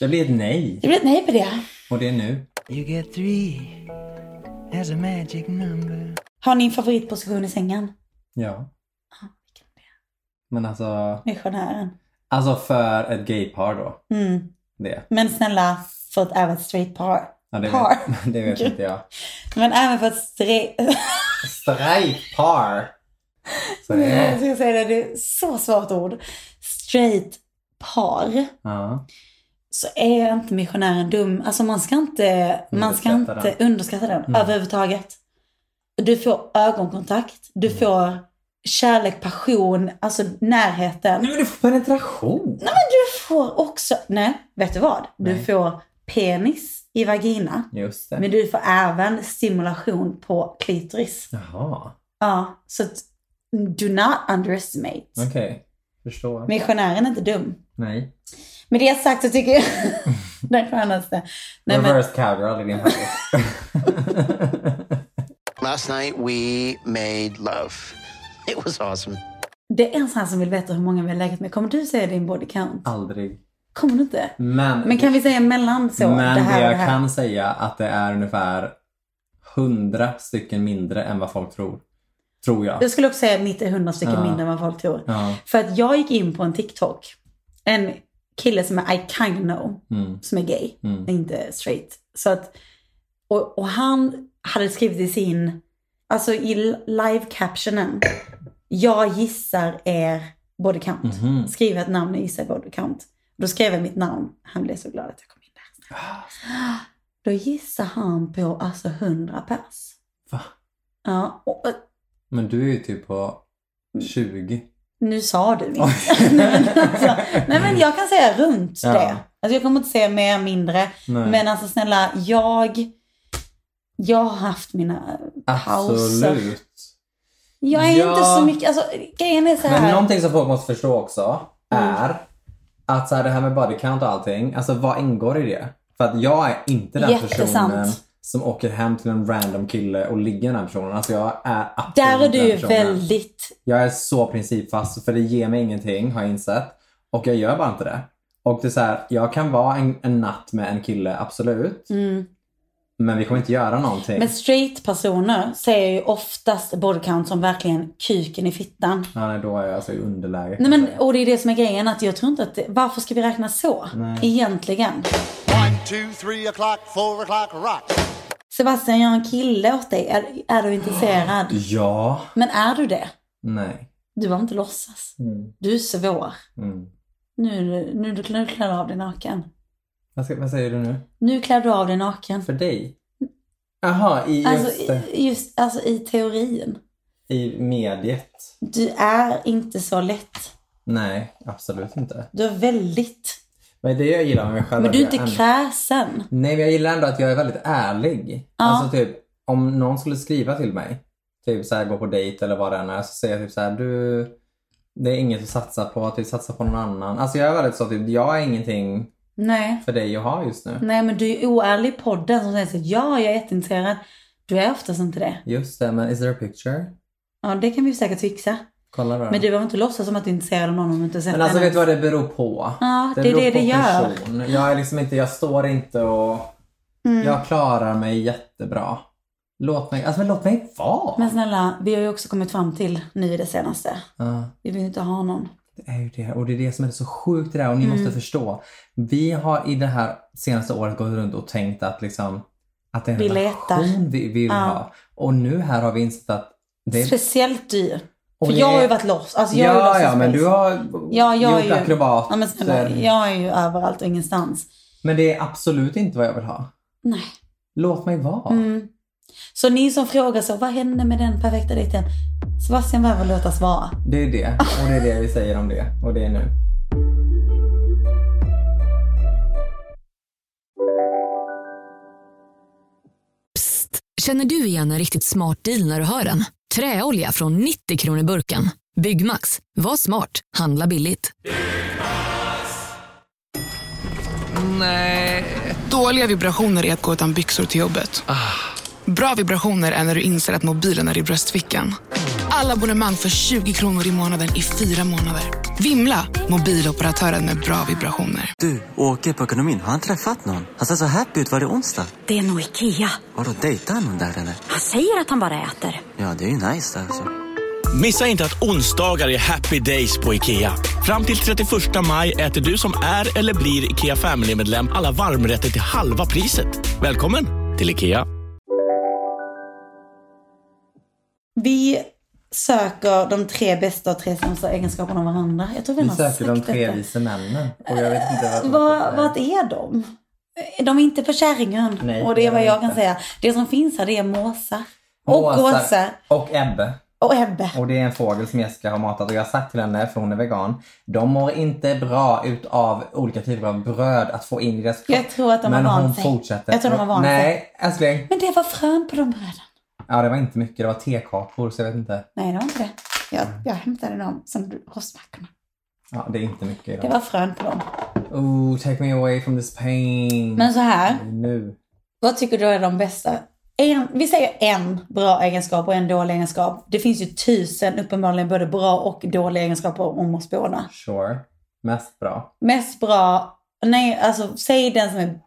[SPEAKER 4] Det blir ett nej.
[SPEAKER 5] Det blir ett nej på det.
[SPEAKER 4] Och det är nu.
[SPEAKER 8] You get three.
[SPEAKER 10] has a magic number.
[SPEAKER 5] Har ni en favoritposition i sängen?
[SPEAKER 4] Ja.
[SPEAKER 5] Ja, Ah, vilken det är.
[SPEAKER 4] Men alltså,
[SPEAKER 5] Missionären.
[SPEAKER 4] alltså för ett gaypar då.
[SPEAKER 5] Mm.
[SPEAKER 4] Det.
[SPEAKER 5] Men snälla, för att även ett straight par.
[SPEAKER 4] Ja, det
[SPEAKER 5] Par.
[SPEAKER 4] vet, det vet inte jag.
[SPEAKER 5] Men även för ett straight...
[SPEAKER 4] Strejkpar. Så det
[SPEAKER 5] jag
[SPEAKER 4] är.
[SPEAKER 5] ska säga det, det är så svårt ord. Straight par.
[SPEAKER 4] Ja.
[SPEAKER 5] så är inte missionären dum. Alltså man ska inte, man ska
[SPEAKER 4] Underskatta Mm.
[SPEAKER 5] inte underskatta den överhuvudtaget. Du får ögonkontakt, du
[SPEAKER 4] Mm.
[SPEAKER 5] får kärlek, passion, alltså närheten.
[SPEAKER 4] Nej men du får penetration.
[SPEAKER 5] Nej, men du får också, nej, vet du vad? Du
[SPEAKER 4] Nej.
[SPEAKER 5] får penis i vagina.
[SPEAKER 4] Just det.
[SPEAKER 5] Men du får även stimulation på klitoris.
[SPEAKER 4] Jaha,
[SPEAKER 5] Ja, så att, do not underestimate.
[SPEAKER 4] okej. Förstår.
[SPEAKER 5] Missionären är inte dum.
[SPEAKER 4] Nej.
[SPEAKER 5] Med det sagt så tycker jag den skönaste. Nej, men,
[SPEAKER 4] Reverse cowgirl i din familj.
[SPEAKER 7] Last night we made love. It was awesome.
[SPEAKER 5] Det är en sån här som vill veta hur många vi har legat med. Kommer du säga din body count?
[SPEAKER 4] Aldrig.
[SPEAKER 5] Kommer du inte?
[SPEAKER 4] Men,
[SPEAKER 5] Men kan vi säga mellan så?
[SPEAKER 4] men
[SPEAKER 5] det här och
[SPEAKER 4] jag
[SPEAKER 5] det här.
[SPEAKER 4] kan säga att det är ungefär hundra stycken mindre än vad folk tror. Tror jag.
[SPEAKER 5] Jag skulle också säga att mitt är 100 stycken
[SPEAKER 4] Ja.
[SPEAKER 5] mindre än vad folk tror.
[SPEAKER 4] Ja.
[SPEAKER 5] För att jag gick in på en TikTok. En kille som är I kind know,
[SPEAKER 4] Mm.
[SPEAKER 5] som är gay,
[SPEAKER 4] Mm.
[SPEAKER 5] inte straight. Så att, och, och han hade skrivit i sin, alltså i live captionen. Jag gissar er body count.
[SPEAKER 4] Mhm.
[SPEAKER 5] Skriv ett namn och gissa body count. Då skrev jag mitt namn. Han blev så glad att jag kom in där.
[SPEAKER 4] Ah.
[SPEAKER 5] Då gissar han på alltså 100 pers.
[SPEAKER 4] Va?
[SPEAKER 5] Ja, och, och,
[SPEAKER 4] Men du är ju typ på
[SPEAKER 5] Mm.
[SPEAKER 4] 20.
[SPEAKER 5] nu sa du mitt. nej, men alltså, nej men jag kan säga runt
[SPEAKER 4] Ja.
[SPEAKER 5] det. Alltså jag kommer inte säga mer mindre.
[SPEAKER 4] Nej.
[SPEAKER 5] Men alltså snälla, jag... Jag har haft mina pauser.
[SPEAKER 4] Absolut.
[SPEAKER 5] Jag är
[SPEAKER 4] Ja.
[SPEAKER 5] inte så mycket... Alltså grejen är så här.
[SPEAKER 4] Men någonting som folk måste förstå också
[SPEAKER 5] Mm.
[SPEAKER 4] är att så här, det här med body count och allting, alltså vad ingår i det? För att jag är inte den
[SPEAKER 5] Jättesant.
[SPEAKER 4] personen som åker hem till en random kille och ligger med den personen. Alltså jag är absolut
[SPEAKER 5] Där är
[SPEAKER 4] den
[SPEAKER 5] du ju
[SPEAKER 4] personen.
[SPEAKER 5] väldigt...
[SPEAKER 4] Jag är så principfast för det ger mig ingenting har jag insett. Och jag gör bara inte det. Och det är så här, jag kan vara en, en natt med en kille, absolut. Men vi kommer inte göra någonting.
[SPEAKER 5] Mm. Men straight personer säger ju oftast body count som verkligen kuken i fittan.
[SPEAKER 4] Ja, nej, då är jag alltså i underläge. kan
[SPEAKER 5] Nej,
[SPEAKER 4] jag
[SPEAKER 5] men,
[SPEAKER 4] säga.
[SPEAKER 5] och det är det som är grejen. Att jag tror inte att det, varför ska vi räkna så?
[SPEAKER 4] Nej.
[SPEAKER 5] Egentligen.
[SPEAKER 7] One, two, three o'clock, four o'clock, rock.
[SPEAKER 5] Sebastian, jag har en kille åt dig. Är, är du intresserad?
[SPEAKER 4] Ja.
[SPEAKER 5] Men är du det?
[SPEAKER 4] Nej.
[SPEAKER 5] Du behöver inte låtsas.
[SPEAKER 4] Mm.
[SPEAKER 5] Du är svår.
[SPEAKER 4] Mm.
[SPEAKER 5] Nu, nu, nu klär du av dig naken.
[SPEAKER 4] Vad, ska, vad säger du nu?
[SPEAKER 5] Nu klär du av dig naken.
[SPEAKER 4] För dig? Jaha, i,
[SPEAKER 5] Alltså,
[SPEAKER 4] just, det.
[SPEAKER 5] i- just, alltså i teorin.
[SPEAKER 4] i mediet.
[SPEAKER 5] Du är inte så lätt.
[SPEAKER 4] Nej, absolut inte.
[SPEAKER 5] Du är väldigt...
[SPEAKER 4] Men det jag gillar med mig själv
[SPEAKER 5] Men
[SPEAKER 4] att
[SPEAKER 5] du är
[SPEAKER 4] jag
[SPEAKER 5] inte
[SPEAKER 4] ändå-
[SPEAKER 5] kräsen.
[SPEAKER 4] Nej, men jag gillar ändå att jag är väldigt ärlig.
[SPEAKER 5] Ja.
[SPEAKER 4] Alltså typ, om någon skulle skriva till mig, typ så här gå på dejt eller vad det än är, så säger jag typ så här, du, det är inget att satsa på, typ satsa på någon annan. Alltså jag är väldigt så typ, jag är ingenting
[SPEAKER 5] Nej.
[SPEAKER 4] för dig att ha just nu.
[SPEAKER 5] Nej, men du är oärlig i podden som säger så här, ja, jag är jätteintresserad. Du är oftast inte det.
[SPEAKER 4] Just det, men is there a picture?
[SPEAKER 5] Ja, det kan vi säkert fixa.
[SPEAKER 4] Kolla då.
[SPEAKER 5] Men du behöver inte låtsas som att du är intresserad av någon om du inte har sett
[SPEAKER 4] Men alltså
[SPEAKER 5] den
[SPEAKER 4] vet du vad
[SPEAKER 5] ens.
[SPEAKER 4] det beror på?
[SPEAKER 5] Ja, det är det det gör.
[SPEAKER 4] person. Jag är liksom inte, jag står inte och
[SPEAKER 5] Mm.
[SPEAKER 4] jag klarar mig jättebra. Låt mig, alltså men låt mig vara.
[SPEAKER 5] Men snälla, vi har ju också kommit fram till nu i det senaste.
[SPEAKER 4] Ja,
[SPEAKER 5] Vi vill ju inte ha någon.
[SPEAKER 4] det är ju det. Och det är det som är så sjukt det där.
[SPEAKER 5] Mm.
[SPEAKER 4] Och ni måste förstå. Vi har i det här senaste året gått runt och tänkt att liksom att det är en
[SPEAKER 5] Vi letar.
[SPEAKER 4] relation vi vill
[SPEAKER 5] Ja.
[SPEAKER 4] ha. Och nu här har vi insett att det är...
[SPEAKER 5] Speciellt du.
[SPEAKER 4] Och
[SPEAKER 5] För
[SPEAKER 4] det
[SPEAKER 5] jag har ju
[SPEAKER 4] är-
[SPEAKER 5] varit lost. Alltså, jag har ju
[SPEAKER 4] Ja,
[SPEAKER 5] lost
[SPEAKER 4] ja,
[SPEAKER 5] in
[SPEAKER 4] men
[SPEAKER 5] space.
[SPEAKER 4] du har
[SPEAKER 5] Ja, jag är
[SPEAKER 4] gjort
[SPEAKER 5] ju-
[SPEAKER 4] akrobat.
[SPEAKER 5] Ja, men snälla, jag är ju överallt och ingenstans.
[SPEAKER 4] men det är absolut inte vad jag vill ha.
[SPEAKER 5] Nej.
[SPEAKER 4] Låt mig vara.
[SPEAKER 5] Mm. Så ni som frågar så, vad hände med den perfekta dejten? Sebastian behöver låta svara.
[SPEAKER 4] Det är det. Och det är det vi säger om det. Och det är nu.
[SPEAKER 11] Känner du igen en riktigt smart deal när du hör den? Träolja från 90 kronor burken. Byggmax. Var smart. Handla billigt.
[SPEAKER 10] Dåliga vibrationer är att gå utan byxor till jobbet.
[SPEAKER 12] Bra vibrationer är när du inser att mobilen är i bröstfickan. Alla abonnemang för 20 kronor i månaden i fyra månader. Vimla! Mobiloperatören med bra vibrationer.
[SPEAKER 13] Du, åker på ekonomin. Har han träffat någon? Han ser så happy ut. Var det onsdag?
[SPEAKER 14] Det är nog Ikea.
[SPEAKER 13] Har du dejtat någon där eller?
[SPEAKER 14] Han säger att han bara äter.
[SPEAKER 13] Ja, det är ju nice alltså.
[SPEAKER 15] Missa inte att onsdagar är happy days på IKEA. Fram till 31 maj äter du som är eller blir IKEA Family-medlem alla varmrätter till halva priset. Välkommen till IKEA.
[SPEAKER 5] Vi söker de tre bästa och tre sämsta egenskaperna av varandra. Jag tror vi
[SPEAKER 4] Vi
[SPEAKER 5] har
[SPEAKER 4] söker de
[SPEAKER 5] sagt
[SPEAKER 4] tre
[SPEAKER 5] detta.
[SPEAKER 4] vise männen. Och jag vet inte vad...
[SPEAKER 5] Vad, vad är de? De är inte på kärringen.
[SPEAKER 4] Nej,
[SPEAKER 5] och det är vad
[SPEAKER 4] det är
[SPEAKER 5] jag
[SPEAKER 4] inte.
[SPEAKER 5] kan säga. Det som finns här det är måsar. Och
[SPEAKER 4] Åsa-
[SPEAKER 5] Åsa.
[SPEAKER 4] Och Ebbe.
[SPEAKER 5] Och Ebbe.
[SPEAKER 4] Och det är en fågel som Jessica har matat och jag har sagt till henne, för hon är vegan, de mår inte bra utav olika typer av bröd att få in i deras kropp.
[SPEAKER 5] Jag tror att de
[SPEAKER 4] Men
[SPEAKER 5] har vant
[SPEAKER 4] hon
[SPEAKER 5] sig.
[SPEAKER 4] fortsätter.
[SPEAKER 5] Jag tror de har vant
[SPEAKER 4] Nej, älskling.
[SPEAKER 5] Men det var frön på de bröden.
[SPEAKER 4] Ja, det var inte mycket. Det var tekakor, så jag vet inte.
[SPEAKER 5] Nej, det var inte det. Jag, jag hämtade dem som du- rostmackorna.
[SPEAKER 4] Ja, det är inte mycket. idag.
[SPEAKER 5] Det var frön på dem.
[SPEAKER 4] Ooh, take me away from this pain.
[SPEAKER 5] Men så här.
[SPEAKER 4] Nu.
[SPEAKER 5] Vad tycker du är de bästa? En, vi säger en bra egenskap och en dålig egenskap. Det finns ju tusen uppenbarligen både bra och dåliga egenskaper om oss båda.
[SPEAKER 4] Sure. Mest bra.
[SPEAKER 5] Mest bra, nej alltså säg den som är,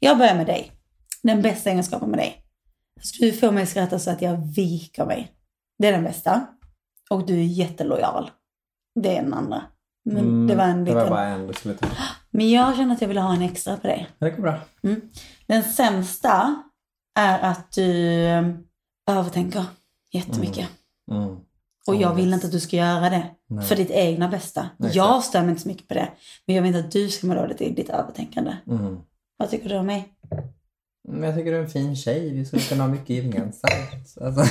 [SPEAKER 5] jag börjar med dig. Den bästa egenskapen med dig. Alltså, du får mig skratta så att jag viker mig. Det är den bästa. Och du är jättelojal. Det är den andra. Men
[SPEAKER 4] Mm,
[SPEAKER 5] det var en
[SPEAKER 4] Det var
[SPEAKER 5] liten...
[SPEAKER 4] bara en du skulle ta.
[SPEAKER 5] Men jag känner att jag vill ha en extra på dig.
[SPEAKER 4] Men det går bra.
[SPEAKER 5] Mm. Den sämsta är att du eh, övertänker jättemycket.
[SPEAKER 4] Mm.
[SPEAKER 5] Och jag vill inte att du ska göra det.
[SPEAKER 4] Nej.
[SPEAKER 5] För ditt egna bästa.
[SPEAKER 4] Nej,
[SPEAKER 5] jag stör mig inte så mycket på det. Men jag vill inte att du ska må dåligt i ditt övertänkande.
[SPEAKER 4] Mm.
[SPEAKER 5] Vad tycker du om mig?
[SPEAKER 4] Men jag tycker du är en fin tjej. Vi skulle kunna ha mycket gemensamt. Alltså.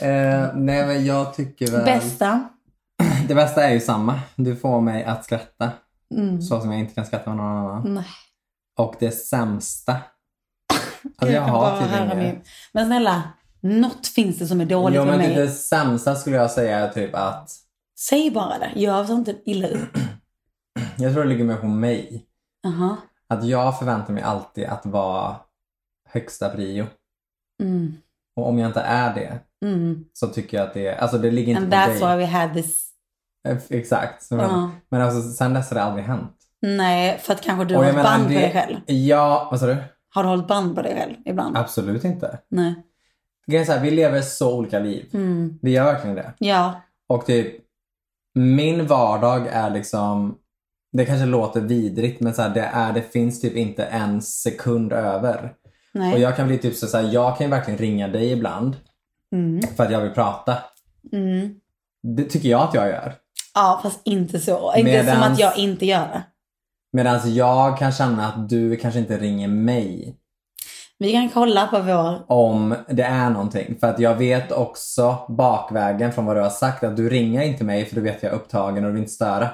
[SPEAKER 4] eh, nej, men jag tycker väl...
[SPEAKER 5] Bästa?
[SPEAKER 4] Det bästa är ju samma. Du får mig att skratta.
[SPEAKER 5] Mm.
[SPEAKER 4] Så som jag inte kan skratta med någon annan.
[SPEAKER 5] Nej.
[SPEAKER 4] Och det sämsta. Alltså, jag,
[SPEAKER 5] kan
[SPEAKER 4] har
[SPEAKER 5] bara
[SPEAKER 4] typ
[SPEAKER 5] höra
[SPEAKER 4] inget.
[SPEAKER 5] min- Men snälla, något finns det som är dåligt
[SPEAKER 4] Jo,
[SPEAKER 5] med
[SPEAKER 4] men
[SPEAKER 5] mig.
[SPEAKER 4] typ det sämsta skulle jag säga är typ att...
[SPEAKER 5] Säg bara det. Gör sånt inte illa upp.
[SPEAKER 4] Jag tror det ligger mer på mig.
[SPEAKER 5] Aha.
[SPEAKER 4] Att jag förväntar mig alltid att vara högsta prio.
[SPEAKER 5] Mm.
[SPEAKER 4] Och om jag inte är det
[SPEAKER 5] Mm.
[SPEAKER 4] så tycker jag att det är... Alltså det ligger inte
[SPEAKER 5] And
[SPEAKER 4] på
[SPEAKER 5] that's
[SPEAKER 4] dig.
[SPEAKER 5] why we had this.
[SPEAKER 4] Eh, Exakt. Så-
[SPEAKER 5] Ja.
[SPEAKER 4] Men alltså sen dess har det aldrig hänt.
[SPEAKER 5] Nej, för att kanske du
[SPEAKER 4] Och
[SPEAKER 5] har
[SPEAKER 4] jag
[SPEAKER 5] ett
[SPEAKER 4] menar,
[SPEAKER 5] band på
[SPEAKER 4] det-
[SPEAKER 5] dig själv.
[SPEAKER 4] Ja, vad sa du?
[SPEAKER 5] Har du hållit band på dig själv ibland?
[SPEAKER 4] Absolut inte.
[SPEAKER 5] Nej.
[SPEAKER 4] Grejen är så här, vi lever så olika liv.
[SPEAKER 5] Mm.
[SPEAKER 4] Vi gör verkligen det.
[SPEAKER 5] Ja.
[SPEAKER 4] Och typ, min vardag är liksom, det kanske låter vidrigt men så här, det, är, det finns typ inte en sekund över.
[SPEAKER 5] Nej.
[SPEAKER 4] Och jag kan bli typ så så här, jag kan ju verkligen ringa dig ibland
[SPEAKER 5] Mm.
[SPEAKER 4] för att jag vill prata.
[SPEAKER 5] Mm.
[SPEAKER 4] Det tycker jag att jag gör.
[SPEAKER 5] Ja, fast inte så. Inte som
[SPEAKER 4] Medans-
[SPEAKER 5] att jag inte gör det.
[SPEAKER 4] Medan jag kan känna att du kanske inte ringer mig
[SPEAKER 5] Vi kan kolla på vår...
[SPEAKER 4] om det är någonting. För att jag vet också bakvägen från vad du har sagt att du ringer inte mig för du vet jag är upptagen och du vill inte störa.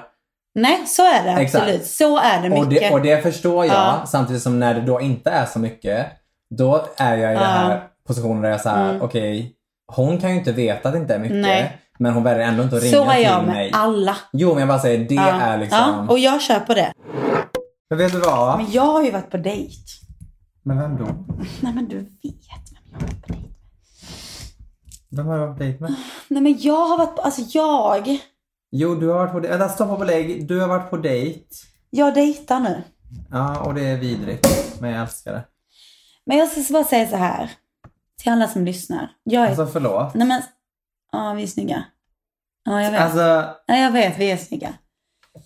[SPEAKER 5] Nej, så är det
[SPEAKER 4] Exakt.
[SPEAKER 5] absolut. Så är det mycket.
[SPEAKER 4] Och det, och det förstår jag.
[SPEAKER 5] Ja.
[SPEAKER 4] Samtidigt som när det då inte är så mycket, då är jag i den
[SPEAKER 5] Ja.
[SPEAKER 4] här positionen där jag säger
[SPEAKER 5] Mm.
[SPEAKER 4] okej, hon kan ju inte veta att det inte är mycket.
[SPEAKER 5] Nej.
[SPEAKER 4] Men hon väljer ändå inte att ringa
[SPEAKER 5] så är jag
[SPEAKER 4] till
[SPEAKER 5] med
[SPEAKER 4] mig.
[SPEAKER 5] alla.
[SPEAKER 4] Jo, men jag bara säger det
[SPEAKER 5] Ja.
[SPEAKER 4] är liksom.
[SPEAKER 5] Ja, och jag köper det.
[SPEAKER 4] Men vet du vad?
[SPEAKER 5] Men jag har ju varit på dejt.
[SPEAKER 4] Men vem då?
[SPEAKER 5] Nej men du vet.
[SPEAKER 4] Vem har du varit på dejt med?
[SPEAKER 5] Nej men jag har varit på... Alltså jag...
[SPEAKER 4] Jo, du har varit på dejt. Vänta, stoppa på lägg. Du har varit på dejt.
[SPEAKER 5] Jag dejtar nu.
[SPEAKER 4] Ja, och det är vidrigt. Men jag älskar det.
[SPEAKER 5] Men jag ska bara säga så här. Till alla som lyssnar. Jag är...
[SPEAKER 4] Alltså förlåt.
[SPEAKER 5] Nej men... Ja, vi är snygga. Ja, jag vet.
[SPEAKER 4] Alltså,
[SPEAKER 5] Ja, jag vet. Vi är snygga.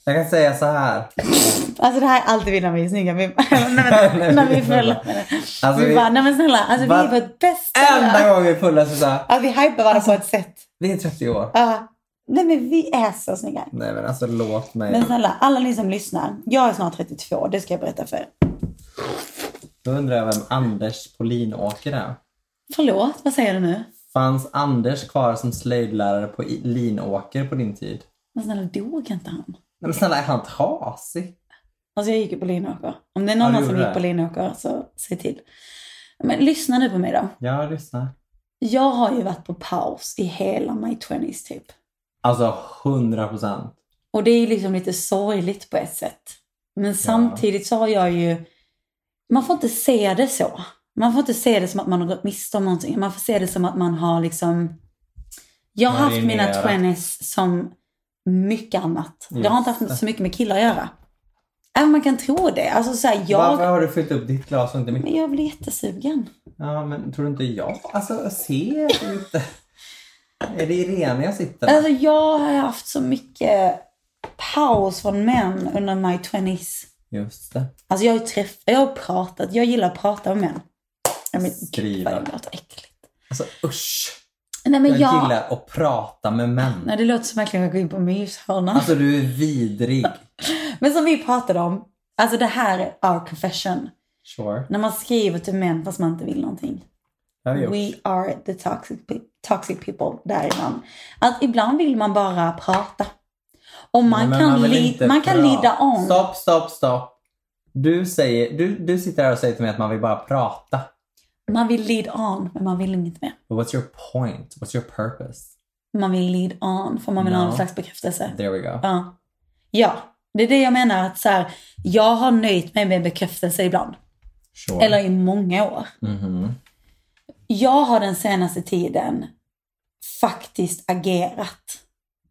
[SPEAKER 4] jag kan säga så här.
[SPEAKER 5] Alltså det här är alltid vi när vi är snygga. Vi, nej, men, när vi är fulla.
[SPEAKER 4] Alltså,
[SPEAKER 5] vi,
[SPEAKER 4] vi-
[SPEAKER 5] bara, nej men snälla, alltså
[SPEAKER 4] Var-
[SPEAKER 5] vi är vårt bästa.
[SPEAKER 4] Enda gång Alltså- vi är fulla så säger
[SPEAKER 5] Ja, vi hypar varandra på ett sätt.
[SPEAKER 4] vi är 30 år.
[SPEAKER 5] Ja. nej men vi är så snygga.
[SPEAKER 4] Nej men alltså låt mig.
[SPEAKER 5] Men snälla, alla ni som lyssnar. Jag är snart 32, det ska jag berätta för er.
[SPEAKER 4] Då undrar jag vem Anders Polinåker är.
[SPEAKER 5] Förlåt, vad säger du nu?
[SPEAKER 4] Fanns Anders kvar som slöjdlärare på I- Linåker på din tid?
[SPEAKER 5] Men snälla, dog inte han?
[SPEAKER 4] Nej men snälla är han trasig?
[SPEAKER 5] Alltså jag gick ju på Linåker. Om det är
[SPEAKER 4] Ja,
[SPEAKER 5] någon
[SPEAKER 4] du
[SPEAKER 5] annan som
[SPEAKER 4] gjorde
[SPEAKER 5] gick
[SPEAKER 4] det.
[SPEAKER 5] på Linåker så säg till. Men lyssna nu på mig då.
[SPEAKER 4] Ja lyssna.
[SPEAKER 5] Jag har ju varit på paus i hela my 20s typ.
[SPEAKER 4] Alltså 100 procent.
[SPEAKER 5] Och det är ju liksom lite sorgligt på ett sätt. Men samtidigt så har jag ju man får inte se det så. Man får inte se det som att man har gått miste om någonting. Man får se det som att man har liksom... Jag har haft mina
[SPEAKER 16] Marinerat.
[SPEAKER 5] 20s som mycket annat. Jag har inte haft
[SPEAKER 4] Just
[SPEAKER 5] så mycket med killar att göra. Även man kan tro det. Alltså så här,
[SPEAKER 4] Varför
[SPEAKER 5] jag...
[SPEAKER 4] har du fyllt upp ditt glas och inte mitt?
[SPEAKER 5] Men jag blir jättesugen.
[SPEAKER 4] Ja, men tror du inte jag? Alltså, se inte. Är det Irene jag sitter med?
[SPEAKER 5] Alltså jag har haft så mycket paus från män under my 20s.
[SPEAKER 4] Just det.
[SPEAKER 5] Alltså jag har ju träffat, jag har pratat, jag gillar att prata med män. Ja, men,
[SPEAKER 4] Skriva.
[SPEAKER 5] Gud, vad det låter äckligt.
[SPEAKER 4] Alltså usch.
[SPEAKER 5] Nej men
[SPEAKER 4] jag,
[SPEAKER 5] jag,
[SPEAKER 4] gillar att prata med män.
[SPEAKER 5] Nej det låter som verkligen att jag går in på myshörnan.
[SPEAKER 4] Alltså du är vidrig.
[SPEAKER 5] Men som vi pratade om, alltså det här är our confession.
[SPEAKER 4] Sure.
[SPEAKER 5] När man skriver till män fast man inte vill någonting.
[SPEAKER 4] Det har jag gjort.
[SPEAKER 5] We are the toxic, pe- toxic people där ibland. Att ibland vill man bara prata. Och man
[SPEAKER 4] Men
[SPEAKER 5] kan,
[SPEAKER 4] vill
[SPEAKER 5] li-
[SPEAKER 4] inte
[SPEAKER 5] man kan
[SPEAKER 4] prata.
[SPEAKER 5] lida on.
[SPEAKER 4] Stopp, stopp, stopp. Du, säger, du, du sitter här och säger till mig att man vill bara prata.
[SPEAKER 5] Man vill lead on, men man vill inget mer.
[SPEAKER 4] But what's your point? What's your purpose?
[SPEAKER 5] Man vill lead on, för man vill ha
[SPEAKER 4] No.
[SPEAKER 5] någon slags bekräftelse.
[SPEAKER 4] There we go.
[SPEAKER 5] Ja. ja, det är det jag menar. att så här, Jag har nöjt mig med bekräftelse ibland.
[SPEAKER 4] Sure.
[SPEAKER 5] Eller i många år.
[SPEAKER 4] Mhm.
[SPEAKER 5] Jag har den senaste tiden faktiskt agerat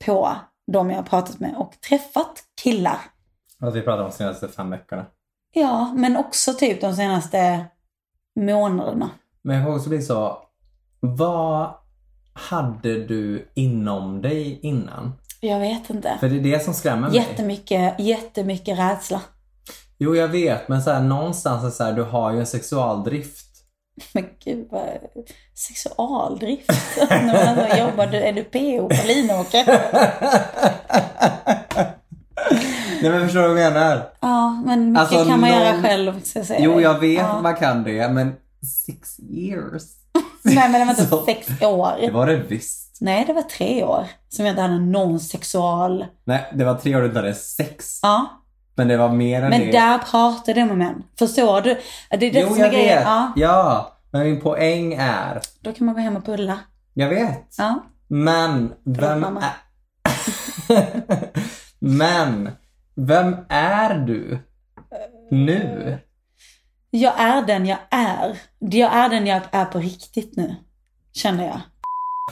[SPEAKER 5] på de jag har pratat med och träffat killar.
[SPEAKER 4] Att vi pratade om de senaste fem veckorna.
[SPEAKER 5] Ja, men också typ de senaste månaderna.
[SPEAKER 4] Men jag kommer också bli så. Vad hade du inom dig innan?
[SPEAKER 5] Jag vet inte.
[SPEAKER 4] För det är det som skrämmer mig.
[SPEAKER 5] Jättemycket, jättemycket rädsla.
[SPEAKER 4] Jo, jag vet. Men så här, någonstans är så här, du har ju en sexualdrift.
[SPEAKER 5] Men gud vad sexualdrift. När man ändå jobbar, du- är du PO på Linåker?
[SPEAKER 4] Nej, men förstår du vad jag menar?
[SPEAKER 5] Ja, men mycket
[SPEAKER 4] Alltså,
[SPEAKER 5] kan man göra
[SPEAKER 4] någon-
[SPEAKER 5] själv. Ska jag säga
[SPEAKER 4] Jo,
[SPEAKER 5] dig.
[SPEAKER 4] jag vet
[SPEAKER 5] Ja.
[SPEAKER 4] att man kan det, men six years.
[SPEAKER 5] Nej, men det var inte sex år.
[SPEAKER 4] Det var det visst.
[SPEAKER 5] Nej, det var tre år som jag inte hade någon sexual...
[SPEAKER 4] Nej, det var tre år utan det sex.
[SPEAKER 5] Ja,
[SPEAKER 4] Men det var mer än
[SPEAKER 5] men
[SPEAKER 4] det.
[SPEAKER 5] där pratade jag med män. Förstår du? Det är det
[SPEAKER 4] jo,
[SPEAKER 5] som är
[SPEAKER 4] jag
[SPEAKER 5] grejen.
[SPEAKER 4] vet.
[SPEAKER 5] Ja,
[SPEAKER 4] ja, men min poäng är.
[SPEAKER 5] då kan man gå hem och pulla.
[SPEAKER 4] Jag vet.
[SPEAKER 5] Ja,
[SPEAKER 4] Men vem
[SPEAKER 5] mamma.
[SPEAKER 4] är... men vem är du
[SPEAKER 5] Eh.
[SPEAKER 4] nu?
[SPEAKER 5] jag är den jag är. Jag är den jag är på riktigt nu. Känner jag.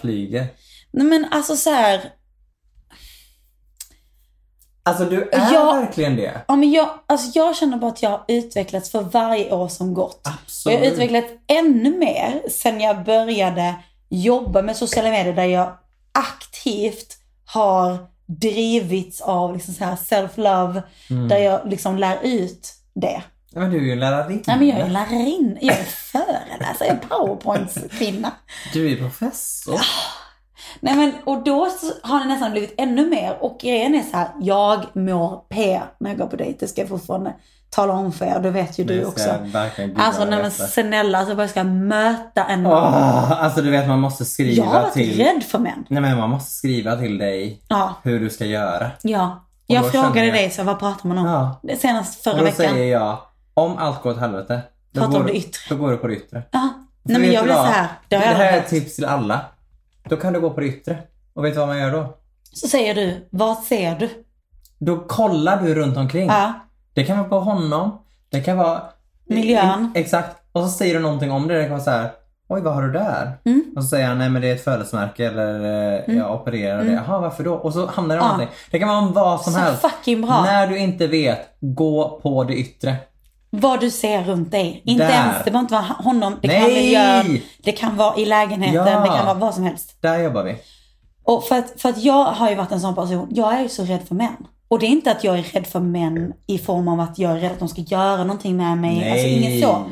[SPEAKER 4] Flyger.
[SPEAKER 5] Nej men alltså så här.
[SPEAKER 4] Alltså du är
[SPEAKER 5] Jag-
[SPEAKER 4] verkligen det.
[SPEAKER 5] Ja, men jag, alltså jag känner bara att jag har utvecklats för varje år som gått.
[SPEAKER 4] Ah.
[SPEAKER 5] Och jag har
[SPEAKER 4] Absolut.
[SPEAKER 5] utvecklats ännu mer sen jag började jobba med sociala medier där jag aktivt har drivits av liksom så här self-love.
[SPEAKER 4] Mm.
[SPEAKER 5] Där jag liksom lär ut det.
[SPEAKER 4] Ja, Men du är ju en lärarinna.
[SPEAKER 5] Nej men jag är ju lärarinna, jag är föreläsare, jag är powerpoint-kvinna.
[SPEAKER 4] Du är professor.
[SPEAKER 5] Nej men och då så har det nästan blivit ännu mer och grejen är så här, jag mår P när jag går på dejt. Det ska jag fortfarande tala om för er, det vet ju du
[SPEAKER 4] Det ska
[SPEAKER 5] också.
[SPEAKER 4] jag verkligen gilla
[SPEAKER 5] Alltså
[SPEAKER 4] att
[SPEAKER 5] nej men
[SPEAKER 4] veta.
[SPEAKER 5] snälla, alltså jag bara ska möta en
[SPEAKER 4] Åh, alltså du vet man måste skriva
[SPEAKER 5] Jag har varit
[SPEAKER 4] till...
[SPEAKER 5] rädd för män.
[SPEAKER 4] Nej men man måste skriva till dig
[SPEAKER 5] Ja.
[SPEAKER 4] hur du ska göra.
[SPEAKER 5] Ja.
[SPEAKER 4] Och
[SPEAKER 5] Jag
[SPEAKER 4] då
[SPEAKER 5] frågade
[SPEAKER 4] känner jag-
[SPEAKER 5] dig så här, vad pratar man om? Det Senast
[SPEAKER 4] och
[SPEAKER 5] förra
[SPEAKER 4] då
[SPEAKER 5] veckan.
[SPEAKER 4] säger jag, om allt går åt helvete. då
[SPEAKER 5] Prata om
[SPEAKER 4] går-
[SPEAKER 5] det yttre.
[SPEAKER 4] Då går du på det yttre.
[SPEAKER 5] Ja.
[SPEAKER 4] För
[SPEAKER 5] Nej men
[SPEAKER 4] vet
[SPEAKER 5] jag
[SPEAKER 4] du
[SPEAKER 5] blir så
[SPEAKER 4] vad?
[SPEAKER 5] här, det
[SPEAKER 4] Det
[SPEAKER 5] har jag
[SPEAKER 4] här
[SPEAKER 5] aldrig
[SPEAKER 4] är typ- ett
[SPEAKER 5] hört.
[SPEAKER 4] tips till alla. Då kan du gå på det yttre. Och vet du vad man gör då?
[SPEAKER 5] Så säger du, vad ser
[SPEAKER 4] Mm.
[SPEAKER 5] du?
[SPEAKER 4] Då kollar du runt omkring.
[SPEAKER 5] Ja.
[SPEAKER 4] Det kan vara på honom. Det kan vara...
[SPEAKER 5] Miljön.
[SPEAKER 4] Exakt. Och så säger du någonting om det. Det kan vara så här. Oj, vad har du där? Och så säger han, nej men det är ett födelsemärke eller eh, jag opererar det.
[SPEAKER 5] Mm. Mm.
[SPEAKER 4] Jaha, varför då? Och så hamnar det om
[SPEAKER 5] Ja.
[SPEAKER 4] någonting. Det kan vara om vad som
[SPEAKER 5] Så
[SPEAKER 4] helst.
[SPEAKER 5] fucking bra.
[SPEAKER 4] När du inte vet, gå på det yttre.
[SPEAKER 5] Vad du ser runt dig. Inte
[SPEAKER 4] Där.
[SPEAKER 5] ens, det behöver inte vara honom. Det kan vara
[SPEAKER 4] Nej!
[SPEAKER 5] miljön, det kan vara i lägenheten,
[SPEAKER 4] Ja.
[SPEAKER 5] det kan vara vad som helst.
[SPEAKER 4] Där jobbar vi.
[SPEAKER 5] Och för att, för att jag har ju varit en sån person. Jag är ju så rädd för män. Och det är inte att jag är rädd för män i form av att jag är rädd att de ska göra någonting med mig. Alltså inget så.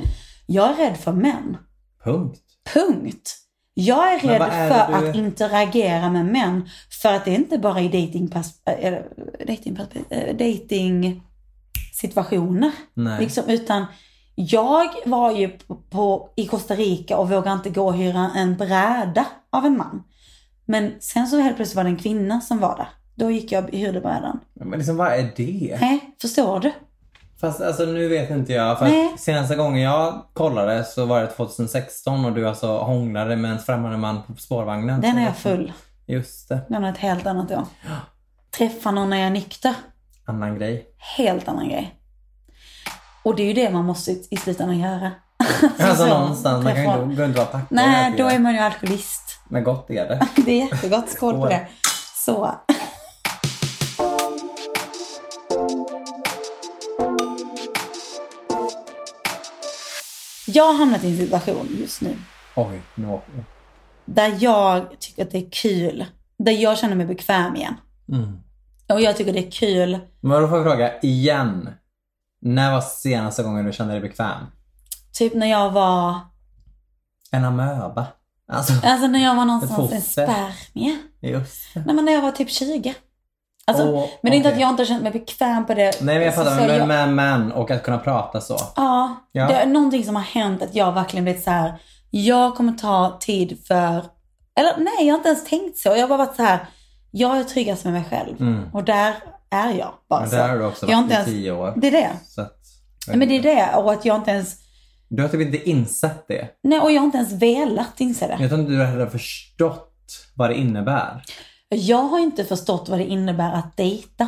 [SPEAKER 5] Jag är rädd för män.
[SPEAKER 4] Punkt.
[SPEAKER 5] Punkt. Jag är
[SPEAKER 4] Men
[SPEAKER 5] rädd
[SPEAKER 4] vad är
[SPEAKER 5] för
[SPEAKER 4] det du-
[SPEAKER 5] att interagera med män. För att det är inte bara i datingpass... äh, eller, datingpass- äh, dating situationer.
[SPEAKER 4] Nej.
[SPEAKER 5] Liksom, utan jag var ju på, på, i Costa Rica och vågade inte gå och hyra en bräda av en man. Men sen så helt plötsligt var det en kvinna som var där. Då gick jag och hyrde brädan.
[SPEAKER 4] Men liksom, vad är det?
[SPEAKER 5] Nej, förstår du?
[SPEAKER 4] Fast alltså nu vet inte jag. För
[SPEAKER 5] Nej.
[SPEAKER 4] att senaste gången jag kollade så var det 2016 och du alltså hånglade med en främmande man på spårvagnen.
[SPEAKER 5] Den är jag full.
[SPEAKER 4] Just det.
[SPEAKER 5] Den är ett helt annat år. Träffa någon när jag är nykter.
[SPEAKER 4] Annan grej.
[SPEAKER 5] Helt annan grej. Och det är ju det man måste i slutändan göra.
[SPEAKER 4] Alltså
[SPEAKER 5] Så,
[SPEAKER 4] någonstans, man kan ju
[SPEAKER 5] träffa-
[SPEAKER 4] inte gå runt och vara tack och
[SPEAKER 5] Nej,
[SPEAKER 4] äta
[SPEAKER 5] då
[SPEAKER 4] det.
[SPEAKER 5] är man ju alkoholist.
[SPEAKER 4] Men gott är det.
[SPEAKER 5] Det är jättegott. Skål på det. Så. Jag har hamnat i en situation just nu
[SPEAKER 4] Oj, nu åker vi.
[SPEAKER 5] där jag tycker att det är kul. Där jag känner mig bekväm igen.
[SPEAKER 4] Mm.
[SPEAKER 5] Och jag tycker det är kul
[SPEAKER 4] Men då får jag fråga igen. När var senaste gången du kände dig bekväm?
[SPEAKER 5] Typ när jag var,
[SPEAKER 4] En amöba. Alltså,
[SPEAKER 5] alltså när jag var någonstans
[SPEAKER 4] foster.
[SPEAKER 5] en spermie.
[SPEAKER 4] just det.
[SPEAKER 5] Nej men när jag var typ 20. Alltså,
[SPEAKER 4] Åh,
[SPEAKER 5] men det är inte
[SPEAKER 4] okej.
[SPEAKER 5] att jag inte har känt mig bekväm på det.
[SPEAKER 4] Nej men jag fattar,
[SPEAKER 5] Så- så
[SPEAKER 4] men,
[SPEAKER 5] jag-
[SPEAKER 4] men, men och att kunna prata så.
[SPEAKER 5] Ja,
[SPEAKER 4] Ja.
[SPEAKER 5] det är någonting som har hänt att jag verkligen blivit så här. jag kommer ta tid för, eller nej jag har inte ens tänkt så. Jag har bara varit så här. jag är tryggast med mig själv.
[SPEAKER 4] Mm.
[SPEAKER 5] Och där är jag bara
[SPEAKER 4] Men
[SPEAKER 5] så.
[SPEAKER 4] det har du också
[SPEAKER 5] jag har
[SPEAKER 4] varit
[SPEAKER 5] inte
[SPEAKER 4] i
[SPEAKER 5] ens,
[SPEAKER 4] tio år.
[SPEAKER 5] Det är det.
[SPEAKER 4] Så att,
[SPEAKER 5] Men det är det och att jag inte ens,
[SPEAKER 4] Du har typ inte insett det.
[SPEAKER 5] nej och jag har inte ens velat inse det.
[SPEAKER 4] Jag tror inte du heller har förstått vad det innebär.
[SPEAKER 5] Jag har inte förstått vad det innebär att dejta.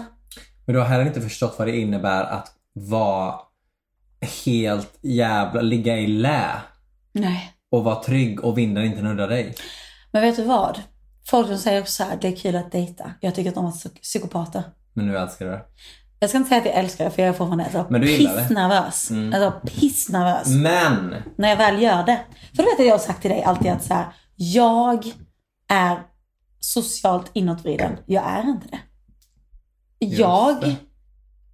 [SPEAKER 4] Men du har heller inte förstått vad det innebär att vara helt jävla, ligga i lä
[SPEAKER 5] Nej.
[SPEAKER 4] och vara trygg och vinden inte nuddar dig.
[SPEAKER 5] Men vet du vad? Folk som säger också så här, det är kul att dejta. Jag tycker att de är psyk- psykopater.
[SPEAKER 4] Men nu älskar du det.
[SPEAKER 5] Jag ska inte säga att jag älskar det för jag är fortfarande alltså,
[SPEAKER 4] Men du gillar det?
[SPEAKER 5] pissnervös.
[SPEAKER 4] Mm.
[SPEAKER 5] Alltså pissnervös.
[SPEAKER 4] Men!
[SPEAKER 5] När jag väl gör det. För du vet att jag har sagt till dig alltid att så här, jag är socialt inåtvriden. Jag är inte det.
[SPEAKER 4] Just
[SPEAKER 5] Jag
[SPEAKER 4] det.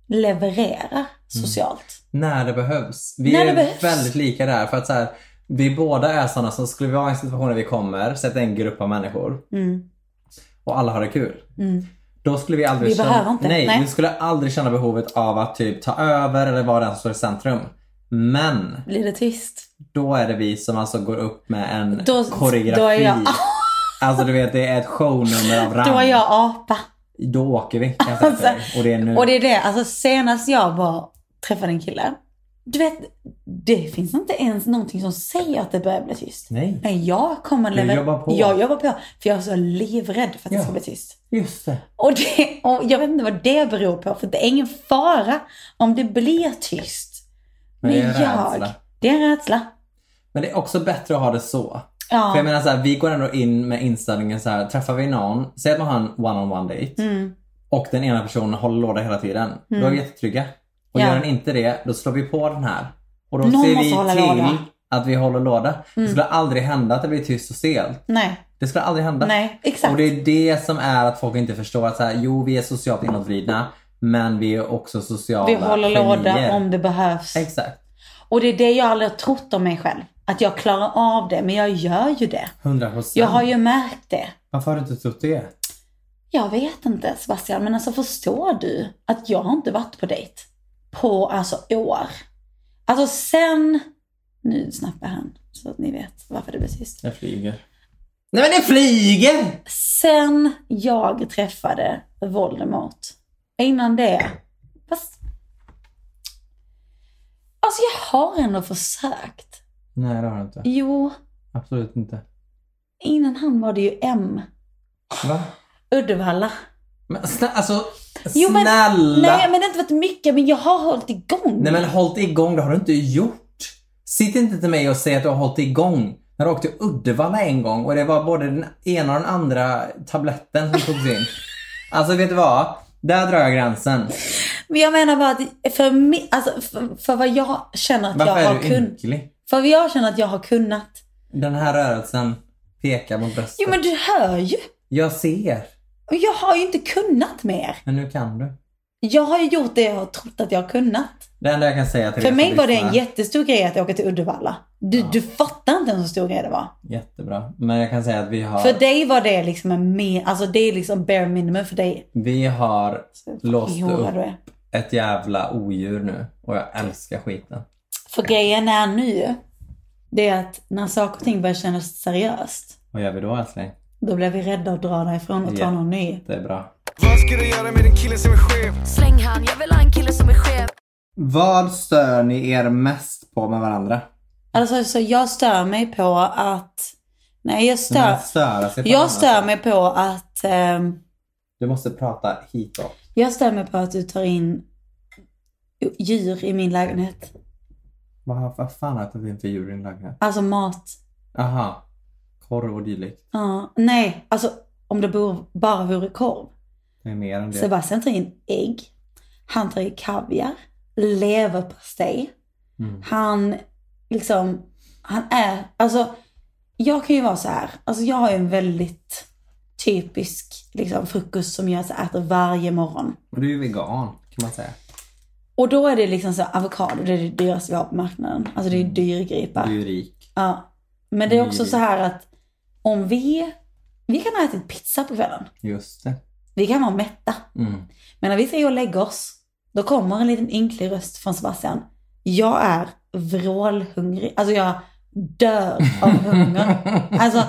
[SPEAKER 5] levererar socialt.
[SPEAKER 4] När det behövs. Vi
[SPEAKER 5] När det
[SPEAKER 4] är
[SPEAKER 5] behövs.
[SPEAKER 4] väldigt lika där. För att så här, vi båda är sådana som skulle vi vara i en situation där vi kommer, sätta en grupp av människor
[SPEAKER 5] Mm.
[SPEAKER 4] och alla har det kul.
[SPEAKER 5] Mm.
[SPEAKER 4] Då skulle vi aldrig
[SPEAKER 5] Vi
[SPEAKER 4] känna,
[SPEAKER 5] behöver inte.
[SPEAKER 4] Nej,
[SPEAKER 5] Nej.
[SPEAKER 4] vi skulle aldrig känna behovet av att typ ta över eller vara den som står i centrum. Men
[SPEAKER 5] Blir det tyst?
[SPEAKER 4] då är det vi som alltså går upp med en
[SPEAKER 5] Då-
[SPEAKER 4] koreografi.
[SPEAKER 5] då är jag-
[SPEAKER 4] Alltså du vet det är ett shownummer av rang.
[SPEAKER 5] Då är jag apa.
[SPEAKER 4] Då åker vi kan jag säga till dig. Och det är nu.
[SPEAKER 5] Och det är det, alltså senast jag var, träffade en kille. Du vet, det finns inte ens någonting som säger att det börjar bli tyst.
[SPEAKER 4] Nej.
[SPEAKER 5] Nej, jag kommer
[SPEAKER 4] Du
[SPEAKER 5] lever-
[SPEAKER 4] jobbar på.
[SPEAKER 5] Jag jobbar på. För jag är så livrädd för att det
[SPEAKER 4] Ja.
[SPEAKER 5] ska bli tyst.
[SPEAKER 4] Just det.
[SPEAKER 5] Och, det, och jag vet inte vad det beror på. För det är ingen fara om det blir tyst.
[SPEAKER 4] Men det är en
[SPEAKER 5] jag,
[SPEAKER 4] rädsla.
[SPEAKER 5] det är en rädsla.
[SPEAKER 4] Men det är också bättre att ha det så.
[SPEAKER 5] Ja.
[SPEAKER 4] För jag menar så här, vi går ändå in med inställningen så här, träffar vi någon, säg att man har en one-on-one date
[SPEAKER 5] Mm.
[SPEAKER 4] och den ena personen håller låda hela tiden. Då är vi jättetrygga. Och
[SPEAKER 5] Ja.
[SPEAKER 4] gör den inte det, då slår vi på den här. Och då
[SPEAKER 5] Någon
[SPEAKER 4] ser
[SPEAKER 5] måste hålla
[SPEAKER 4] vi till
[SPEAKER 5] låda.
[SPEAKER 4] att vi håller låda. Det
[SPEAKER 5] Mm.
[SPEAKER 4] skulle aldrig hända att det blir tyst och stelt.
[SPEAKER 5] Nej,
[SPEAKER 4] Det skulle aldrig hända.
[SPEAKER 5] nej, exakt.
[SPEAKER 4] Och det är det som är att folk inte förstår att så här, jo vi är socialt inåtvridna men vi är också sociala
[SPEAKER 5] Vi håller
[SPEAKER 4] genier.
[SPEAKER 5] låda om det behövs.
[SPEAKER 4] Exakt.
[SPEAKER 5] Och det är det jag aldrig har trott om mig själv. Att jag klarar av det, men jag gör ju det.
[SPEAKER 4] 100 procent.
[SPEAKER 5] Jag har ju märkt det.
[SPEAKER 4] Varför har du inte trott det?
[SPEAKER 5] Jag vet inte Sebastian, men alltså förstår du att jag har inte varit på dejt på alltså år. Alltså sen, nu snappar han så att ni vet varför det blir tyst.
[SPEAKER 4] Jag flyger. Nej men det flyger!
[SPEAKER 5] Sen jag träffade Voldemort, innan det, fast, alltså jag har ändå försökt.
[SPEAKER 4] Nej det har du inte.
[SPEAKER 5] Jo,
[SPEAKER 4] Absolut inte.
[SPEAKER 5] innan han var det ju M,
[SPEAKER 4] Va?
[SPEAKER 5] Uddevalla.
[SPEAKER 4] Men snä- alltså
[SPEAKER 5] Jo, men-
[SPEAKER 4] snälla!
[SPEAKER 5] Nej men det har inte varit mycket, men jag har hållit igång.
[SPEAKER 4] Nej men hållt igång, det har du inte gjort. Sitt inte till mig och säg att du har hållit igång. När du åkte till Uddevalla en gång och det var både den ena och den andra tabletten som togs in. Alltså vet du vad? Där drar jag gränsen.
[SPEAKER 5] Men jag menar bara att för, mi- alltså, för, för vad jag känner att
[SPEAKER 4] Varför
[SPEAKER 5] jag
[SPEAKER 4] är
[SPEAKER 5] har
[SPEAKER 4] du
[SPEAKER 5] kunnat.
[SPEAKER 4] ynklig?
[SPEAKER 5] För vad jag känner att jag har kunnat.
[SPEAKER 4] Den här rörelsen pekar mot bröstet.
[SPEAKER 5] Jo men du hör ju.
[SPEAKER 4] Jag ser,
[SPEAKER 5] Och jag har ju inte kunnat mer.
[SPEAKER 4] men nu kan du.
[SPEAKER 5] Jag har ju gjort det jag har trott att jag har kunnat.
[SPEAKER 4] Det enda jag kan säga till
[SPEAKER 5] För
[SPEAKER 4] er som
[SPEAKER 5] mig var det en
[SPEAKER 4] lyssnar-
[SPEAKER 5] jättestor grej att åka till Uddevalla. Du, du fattar inte ens hur stor grej det var.
[SPEAKER 4] Jättebra. Men jag kan säga att vi har,
[SPEAKER 5] För dig var det liksom en mer, alltså det är liksom bare minimum för dig.
[SPEAKER 4] vi har låst
[SPEAKER 5] Jo, vad du
[SPEAKER 4] upp
[SPEAKER 5] är.
[SPEAKER 4] ett jävla odjur nu. Och jag älskar skiten.
[SPEAKER 5] För grejen är nu, det är att när saker och ting börjar kännas seriöst,
[SPEAKER 4] Vad gör vi då älskling?
[SPEAKER 5] då blir vi rädda och drar därifrån och tar
[SPEAKER 4] Ja.
[SPEAKER 5] någon ny.
[SPEAKER 4] Det är bra.
[SPEAKER 10] Vad ska du göra med en kille som är chef?
[SPEAKER 9] Släng han, jag vill ha en kille som är chef.
[SPEAKER 4] Vad stör ni er mest på med varandra?
[SPEAKER 5] Alltså så jag stör mig på att... Nej jag stör...
[SPEAKER 4] Men störa sig på
[SPEAKER 5] Jag
[SPEAKER 4] varandra.
[SPEAKER 5] stör mig på att... ehm,
[SPEAKER 4] Du måste prata hitåt.
[SPEAKER 5] jag stör mig på att du tar in djur i min lägenhet.
[SPEAKER 4] Vad, vad fan äter vi för djur i din lägenhet?
[SPEAKER 5] Alltså mat.
[SPEAKER 4] Aha. Korv och dylikt.
[SPEAKER 5] Ja, nej, alltså om det bor, bara vore korv.
[SPEAKER 4] Det är mer än det.
[SPEAKER 5] Sebastian tar in ägg. Han tar in kaviar. Leverpastej.
[SPEAKER 4] Mm.
[SPEAKER 5] Han liksom, han är, alltså jag kan ju vara så här. Alltså jag har ju en väldigt typisk liksom, frukost som jag så här äter varje morgon.
[SPEAKER 4] Och du är ju vegan kan man säga.
[SPEAKER 5] Och då är det liksom så avokado, det är det dyraste vi har på marknaden. Alltså det är dyrgripa.
[SPEAKER 4] Du Mm. är ju rik.
[SPEAKER 5] Ja. Men det är också
[SPEAKER 4] Dyrig.
[SPEAKER 5] så här att om vi, vi kan ha ätit pizza på kvällen.
[SPEAKER 4] Just det.
[SPEAKER 5] Vi kan vara mätta.
[SPEAKER 4] Mm.
[SPEAKER 5] Men när vi ska gå och lägga oss, då kommer en liten ynklig röst från Sebastian. Jag är vrålhungrig. Alltså jag dör av hunger. Alltså,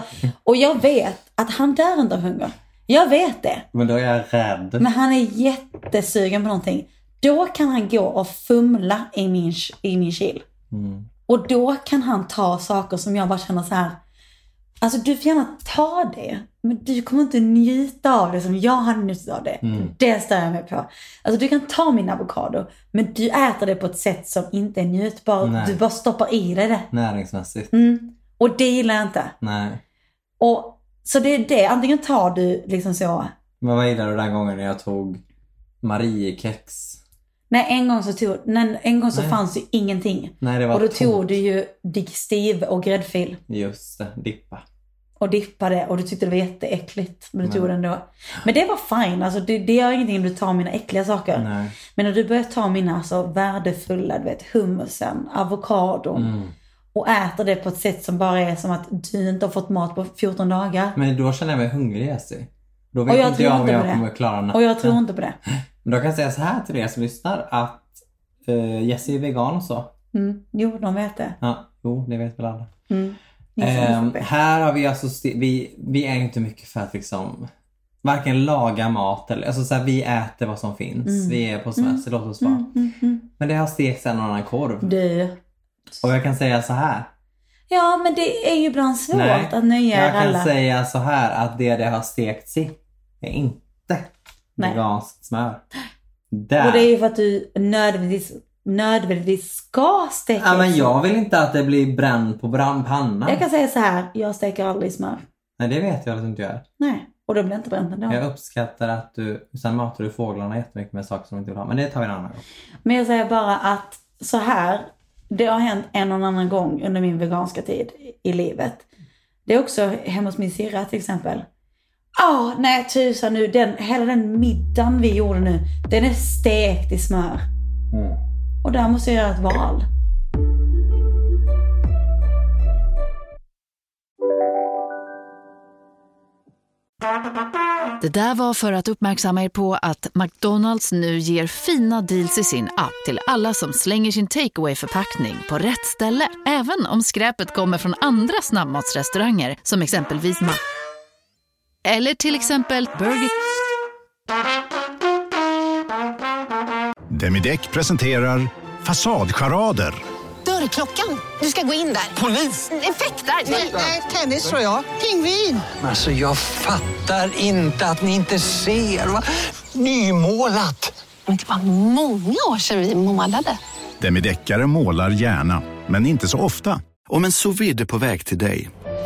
[SPEAKER 5] och jag vet att han dör inte av hunger. Jag vet det.
[SPEAKER 4] Men då är jag rädd.
[SPEAKER 5] Men han är jättesugen på någonting. Då kan han gå och fumla i min, i min kyl.
[SPEAKER 4] Mm.
[SPEAKER 5] Och då kan han ta saker som jag bara känner så här. Alltså du får gärna ta det. Men du kommer inte njuta av det som jag har njutit av det.
[SPEAKER 4] Mm.
[SPEAKER 5] Det stör jag mig på. Alltså du kan ta min avokado. Men du äter det på ett sätt som inte är njutbart.
[SPEAKER 4] Nej.
[SPEAKER 5] Du bara stoppar i dig det.
[SPEAKER 4] Näringsmässigt.
[SPEAKER 5] Mm. Och det gillar jag inte.
[SPEAKER 4] Nej.
[SPEAKER 5] Och, så det är det. Antingen tar du liksom så.
[SPEAKER 4] Men vad gillade du den gången när jag tog Mariekex?
[SPEAKER 5] Nej en gång så, tog, nej, en gång så
[SPEAKER 4] Nej.
[SPEAKER 5] fanns ju ingenting.
[SPEAKER 4] Nej, det var
[SPEAKER 5] Och då
[SPEAKER 4] tomt.
[SPEAKER 5] tog du ju digestiv och gräddfil.
[SPEAKER 4] Just det, dippa.
[SPEAKER 5] och dippade och du tyckte det var jätteäckligt. Men du
[SPEAKER 4] Nej.
[SPEAKER 5] tog den då. Men det var fine. Alltså, det, det gör ingenting om du tar mina äckliga saker.
[SPEAKER 4] Nej.
[SPEAKER 5] Men när du börjar ta mina alltså, värdefulla, du vet hummusen, avokadon.
[SPEAKER 4] Mm.
[SPEAKER 5] Och äter det på ett sätt som bara är som att du inte har fått mat på 14 dagar.
[SPEAKER 4] Men då känner jag mig hungrig Jessie. Då vet
[SPEAKER 5] Och jag
[SPEAKER 4] inte
[SPEAKER 5] tror
[SPEAKER 4] jag om
[SPEAKER 5] inte på
[SPEAKER 4] jag
[SPEAKER 5] det.
[SPEAKER 4] kommer klara natten.
[SPEAKER 5] Och jag tror inte på det.
[SPEAKER 4] Men då kan jag säga så här till er som lyssnar att eh, Jessie är vegan och så.
[SPEAKER 5] Mm. Jo, de vet det.
[SPEAKER 4] Ja, jo, det vet väl alla.
[SPEAKER 5] Mm. Ni som
[SPEAKER 4] Ehm,
[SPEAKER 5] lyssnar på er.
[SPEAKER 4] här har vi alltså, sti- vi, vi är inte mycket för att liksom varken laga mat eller, alltså så här, vi äter vad som finns.
[SPEAKER 5] Mm.
[SPEAKER 4] Vi är på semester, låt oss vara.
[SPEAKER 5] Mm, mm, mm.
[SPEAKER 4] Men det har stekts en och annan korv.
[SPEAKER 5] Du.
[SPEAKER 4] Och jag kan säga så här.
[SPEAKER 5] Ja, men det är ju ibland svårt
[SPEAKER 4] Nej,
[SPEAKER 5] att nöja
[SPEAKER 4] jag
[SPEAKER 5] er
[SPEAKER 4] kan
[SPEAKER 5] alla.
[SPEAKER 4] säga så här att det det har stekts i är inte
[SPEAKER 5] Nej.
[SPEAKER 4] veganskt smör. Där.
[SPEAKER 5] Och det är ju för att du nödvändigtvis, nödvändigtvis ska steka
[SPEAKER 4] ja, men
[SPEAKER 5] ägg.
[SPEAKER 4] jag vill inte att det blir bränd på brand pannan.
[SPEAKER 5] Jag kan säga så här, jag steker aldrig smör.
[SPEAKER 4] Nej, det vet jag att du inte gör.
[SPEAKER 5] Nej, och då blir jag inte bränd ändå.
[SPEAKER 4] Jag uppskattar att du, sen matar du fåglarna jättemycket med saker som de inte vill ha. Men det tar vi en annan gång.
[SPEAKER 5] Men jag säger bara att så här, det har hänt en och en annan gång under min veganska tid i livet. Det är också hemma hos min syrra till exempel. Ja, nej tusan nu, den, hela den middagen vi gjorde nu, den är stekt i smör.
[SPEAKER 4] Mm.
[SPEAKER 5] Och där måste jag göra ett val.
[SPEAKER 1] Det där var för att uppmärksamma er på att McDonalds nu ger fina deals i sin app till alla som slänger sin takeaway förpackning på rätt ställe. Även om skräpet kommer från andra snabbmatsrestauranger som exempelvis Ma... Eller till exempel Burger...
[SPEAKER 16] Demideck presenterar Fasadcharader.
[SPEAKER 17] Dörrklockan. Du ska gå in där. Polis? Effektar? Nej, nej, tennis tror jag. Pingvin.
[SPEAKER 18] Alltså jag fattar inte att ni inte ser. Va? Nymålat.
[SPEAKER 17] Men det var många år sedan vi målade.
[SPEAKER 16] Demideckare målar gärna, men inte så ofta.
[SPEAKER 19] Om en sous vide är på väg till dig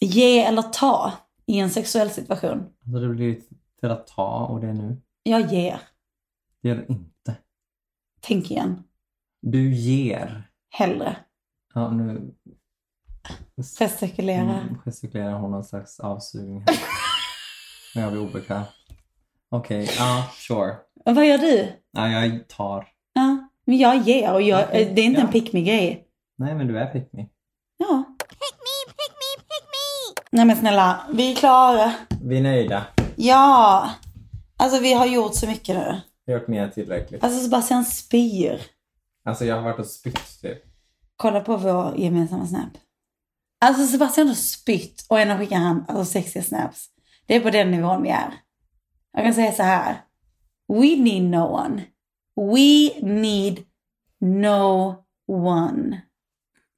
[SPEAKER 5] Ge eller ta i en sexuell situation.
[SPEAKER 4] Alltså det blir till att ta och det är nu.
[SPEAKER 5] Jag ger.
[SPEAKER 4] Det gör du inte.
[SPEAKER 5] Tänk igen.
[SPEAKER 4] Du ger.
[SPEAKER 5] Hellre.
[SPEAKER 4] Ja, nu
[SPEAKER 5] Gestikulera.
[SPEAKER 4] mm, gestikulerar hon någon slags avsugning här. Men jag blir obekväm. Okej, ja, sure.
[SPEAKER 5] Men Vad gör du?
[SPEAKER 4] Ja, jag tar.
[SPEAKER 5] Ja, men jag ger och jag,
[SPEAKER 4] Okej,
[SPEAKER 5] det är inte
[SPEAKER 4] ja.
[SPEAKER 5] en pick me-grej.
[SPEAKER 4] Nej, men du är pick me.
[SPEAKER 5] Ja. Nej men snälla, vi är klara.
[SPEAKER 4] Vi är nöjda.
[SPEAKER 5] Ja. Alltså vi har gjort så mycket nu.
[SPEAKER 4] Jag har gjort mer än tillräckligt.
[SPEAKER 5] Alltså Sebastian spyr.
[SPEAKER 4] Alltså jag har varit och spytt typ.
[SPEAKER 5] Kolla på vår gemensamma snap. Alltså Sebastian har spytt och ändå skickar han alltså sexiga snaps. Det är på den nivån vi är. Jag kan säga så här. We need no one. We need no one.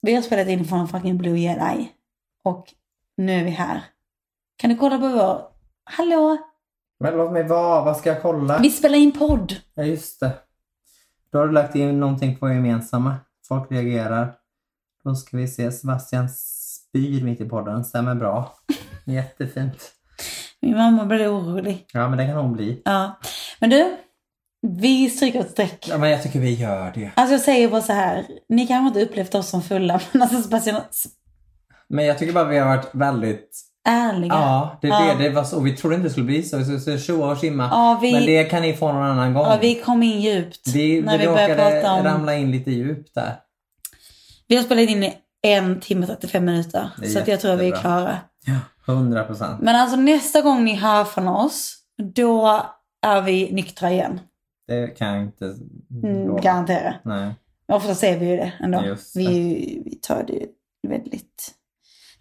[SPEAKER 5] Vi har spelat in från fucking Blue Jedi. Och nu är vi här. Kan du kolla på vår... Hallå?
[SPEAKER 4] Men låt mig vara, vad ska jag kolla?
[SPEAKER 5] Vi spelar in podd.
[SPEAKER 4] Ja, just det. Då har du lagt in någonting på gemensamma. Folk reagerar. Då ska vi se. Sebastian spyr mitt i podden. Stämmer bra. Jättefint.
[SPEAKER 5] Min mamma blir orolig.
[SPEAKER 4] Ja, men det kan hon bli.
[SPEAKER 5] Ja. Men du, vi stryker ett streck.
[SPEAKER 4] Ja, men jag tycker vi gör det.
[SPEAKER 5] Alltså jag säger bara så här. Ni kanske inte upplevt oss som fulla, men alltså Sebastian...
[SPEAKER 4] Men jag tycker bara vi har varit väldigt...
[SPEAKER 5] Ärliga.
[SPEAKER 4] Ja, det, är Det, det var så. Vi trodde inte det skulle bli så. Vi skulle tjoa och tjimma.
[SPEAKER 5] Ja, vi-
[SPEAKER 4] Men det kan ni få någon annan gång.
[SPEAKER 5] Ja, vi kom in djupt
[SPEAKER 4] vi,
[SPEAKER 5] när
[SPEAKER 4] vi
[SPEAKER 5] vi började
[SPEAKER 4] råkade
[SPEAKER 5] prata om...
[SPEAKER 4] ramla in lite djupt där.
[SPEAKER 5] Vi har spelat in i en timme och 35 minuter.
[SPEAKER 4] Det är
[SPEAKER 5] Så att jag tror att vi är
[SPEAKER 4] jättebra.
[SPEAKER 5] klara.
[SPEAKER 4] 100 procent.
[SPEAKER 5] Men alltså nästa gång ni hör från oss, då är vi nyktra igen.
[SPEAKER 4] Det kan jag inte
[SPEAKER 5] Mm,
[SPEAKER 4] lova.
[SPEAKER 5] garantera.
[SPEAKER 4] Nej.
[SPEAKER 5] Ofta säger vi ju det ändå.
[SPEAKER 4] Just
[SPEAKER 5] Vi, är ju- vi tar det ju väldigt...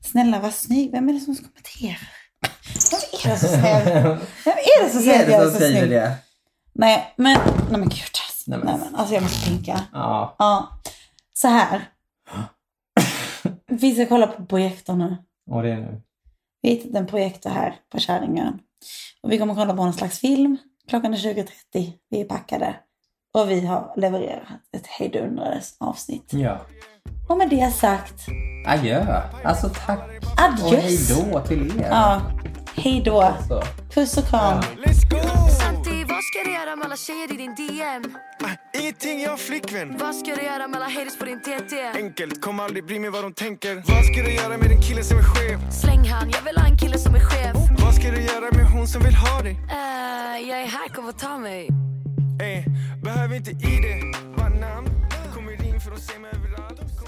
[SPEAKER 5] Snälla vad snygg, vem är det som kommenterar? Vem är det som säger, vem är det som säger att jag är så snygg?
[SPEAKER 4] det?
[SPEAKER 5] Nej men, nej men gud. alltså.
[SPEAKER 4] Nej,
[SPEAKER 5] Nej,
[SPEAKER 4] men-
[SPEAKER 5] men, alltså jag måste tänka.
[SPEAKER 4] Ja.
[SPEAKER 5] Ja. Så här. Vi ska kolla på projektorn nu.
[SPEAKER 4] Och det är nu.
[SPEAKER 5] Vi har hittat en projektor här på Käringön. Och vi kommer kolla på någon slags film. Klockan är 20.30. Vi är packade. Och vi har levererat ett hejdundrades avsnitt.
[SPEAKER 4] Ja.
[SPEAKER 5] Och med det sagt,
[SPEAKER 4] Adjö. Alltså tack. Och hej
[SPEAKER 5] adjöss!
[SPEAKER 4] då till er.
[SPEAKER 5] Ah, Ja, hej då.
[SPEAKER 4] Så.
[SPEAKER 5] Puss och kram.
[SPEAKER 9] Santi, vad ska du göra med alla tjejer i din DM?
[SPEAKER 10] Ah, Ingenting, jag har flickvän.
[SPEAKER 9] Vad ska du göra med alla haters på din TT?
[SPEAKER 10] Enkelt, kommer aldrig bry mig vad de tänker. Vad ska du göra med en kille som är chef?
[SPEAKER 9] Släng han, jag vill ha en kille som är chef.
[SPEAKER 10] Vad ska du göra med hon som vill ha dig?
[SPEAKER 9] Eh, jag är här, kom och ta mig.
[SPEAKER 10] Eh, behöver inte ID, bara namn. Kommer in för att se mig överallt. Kommer-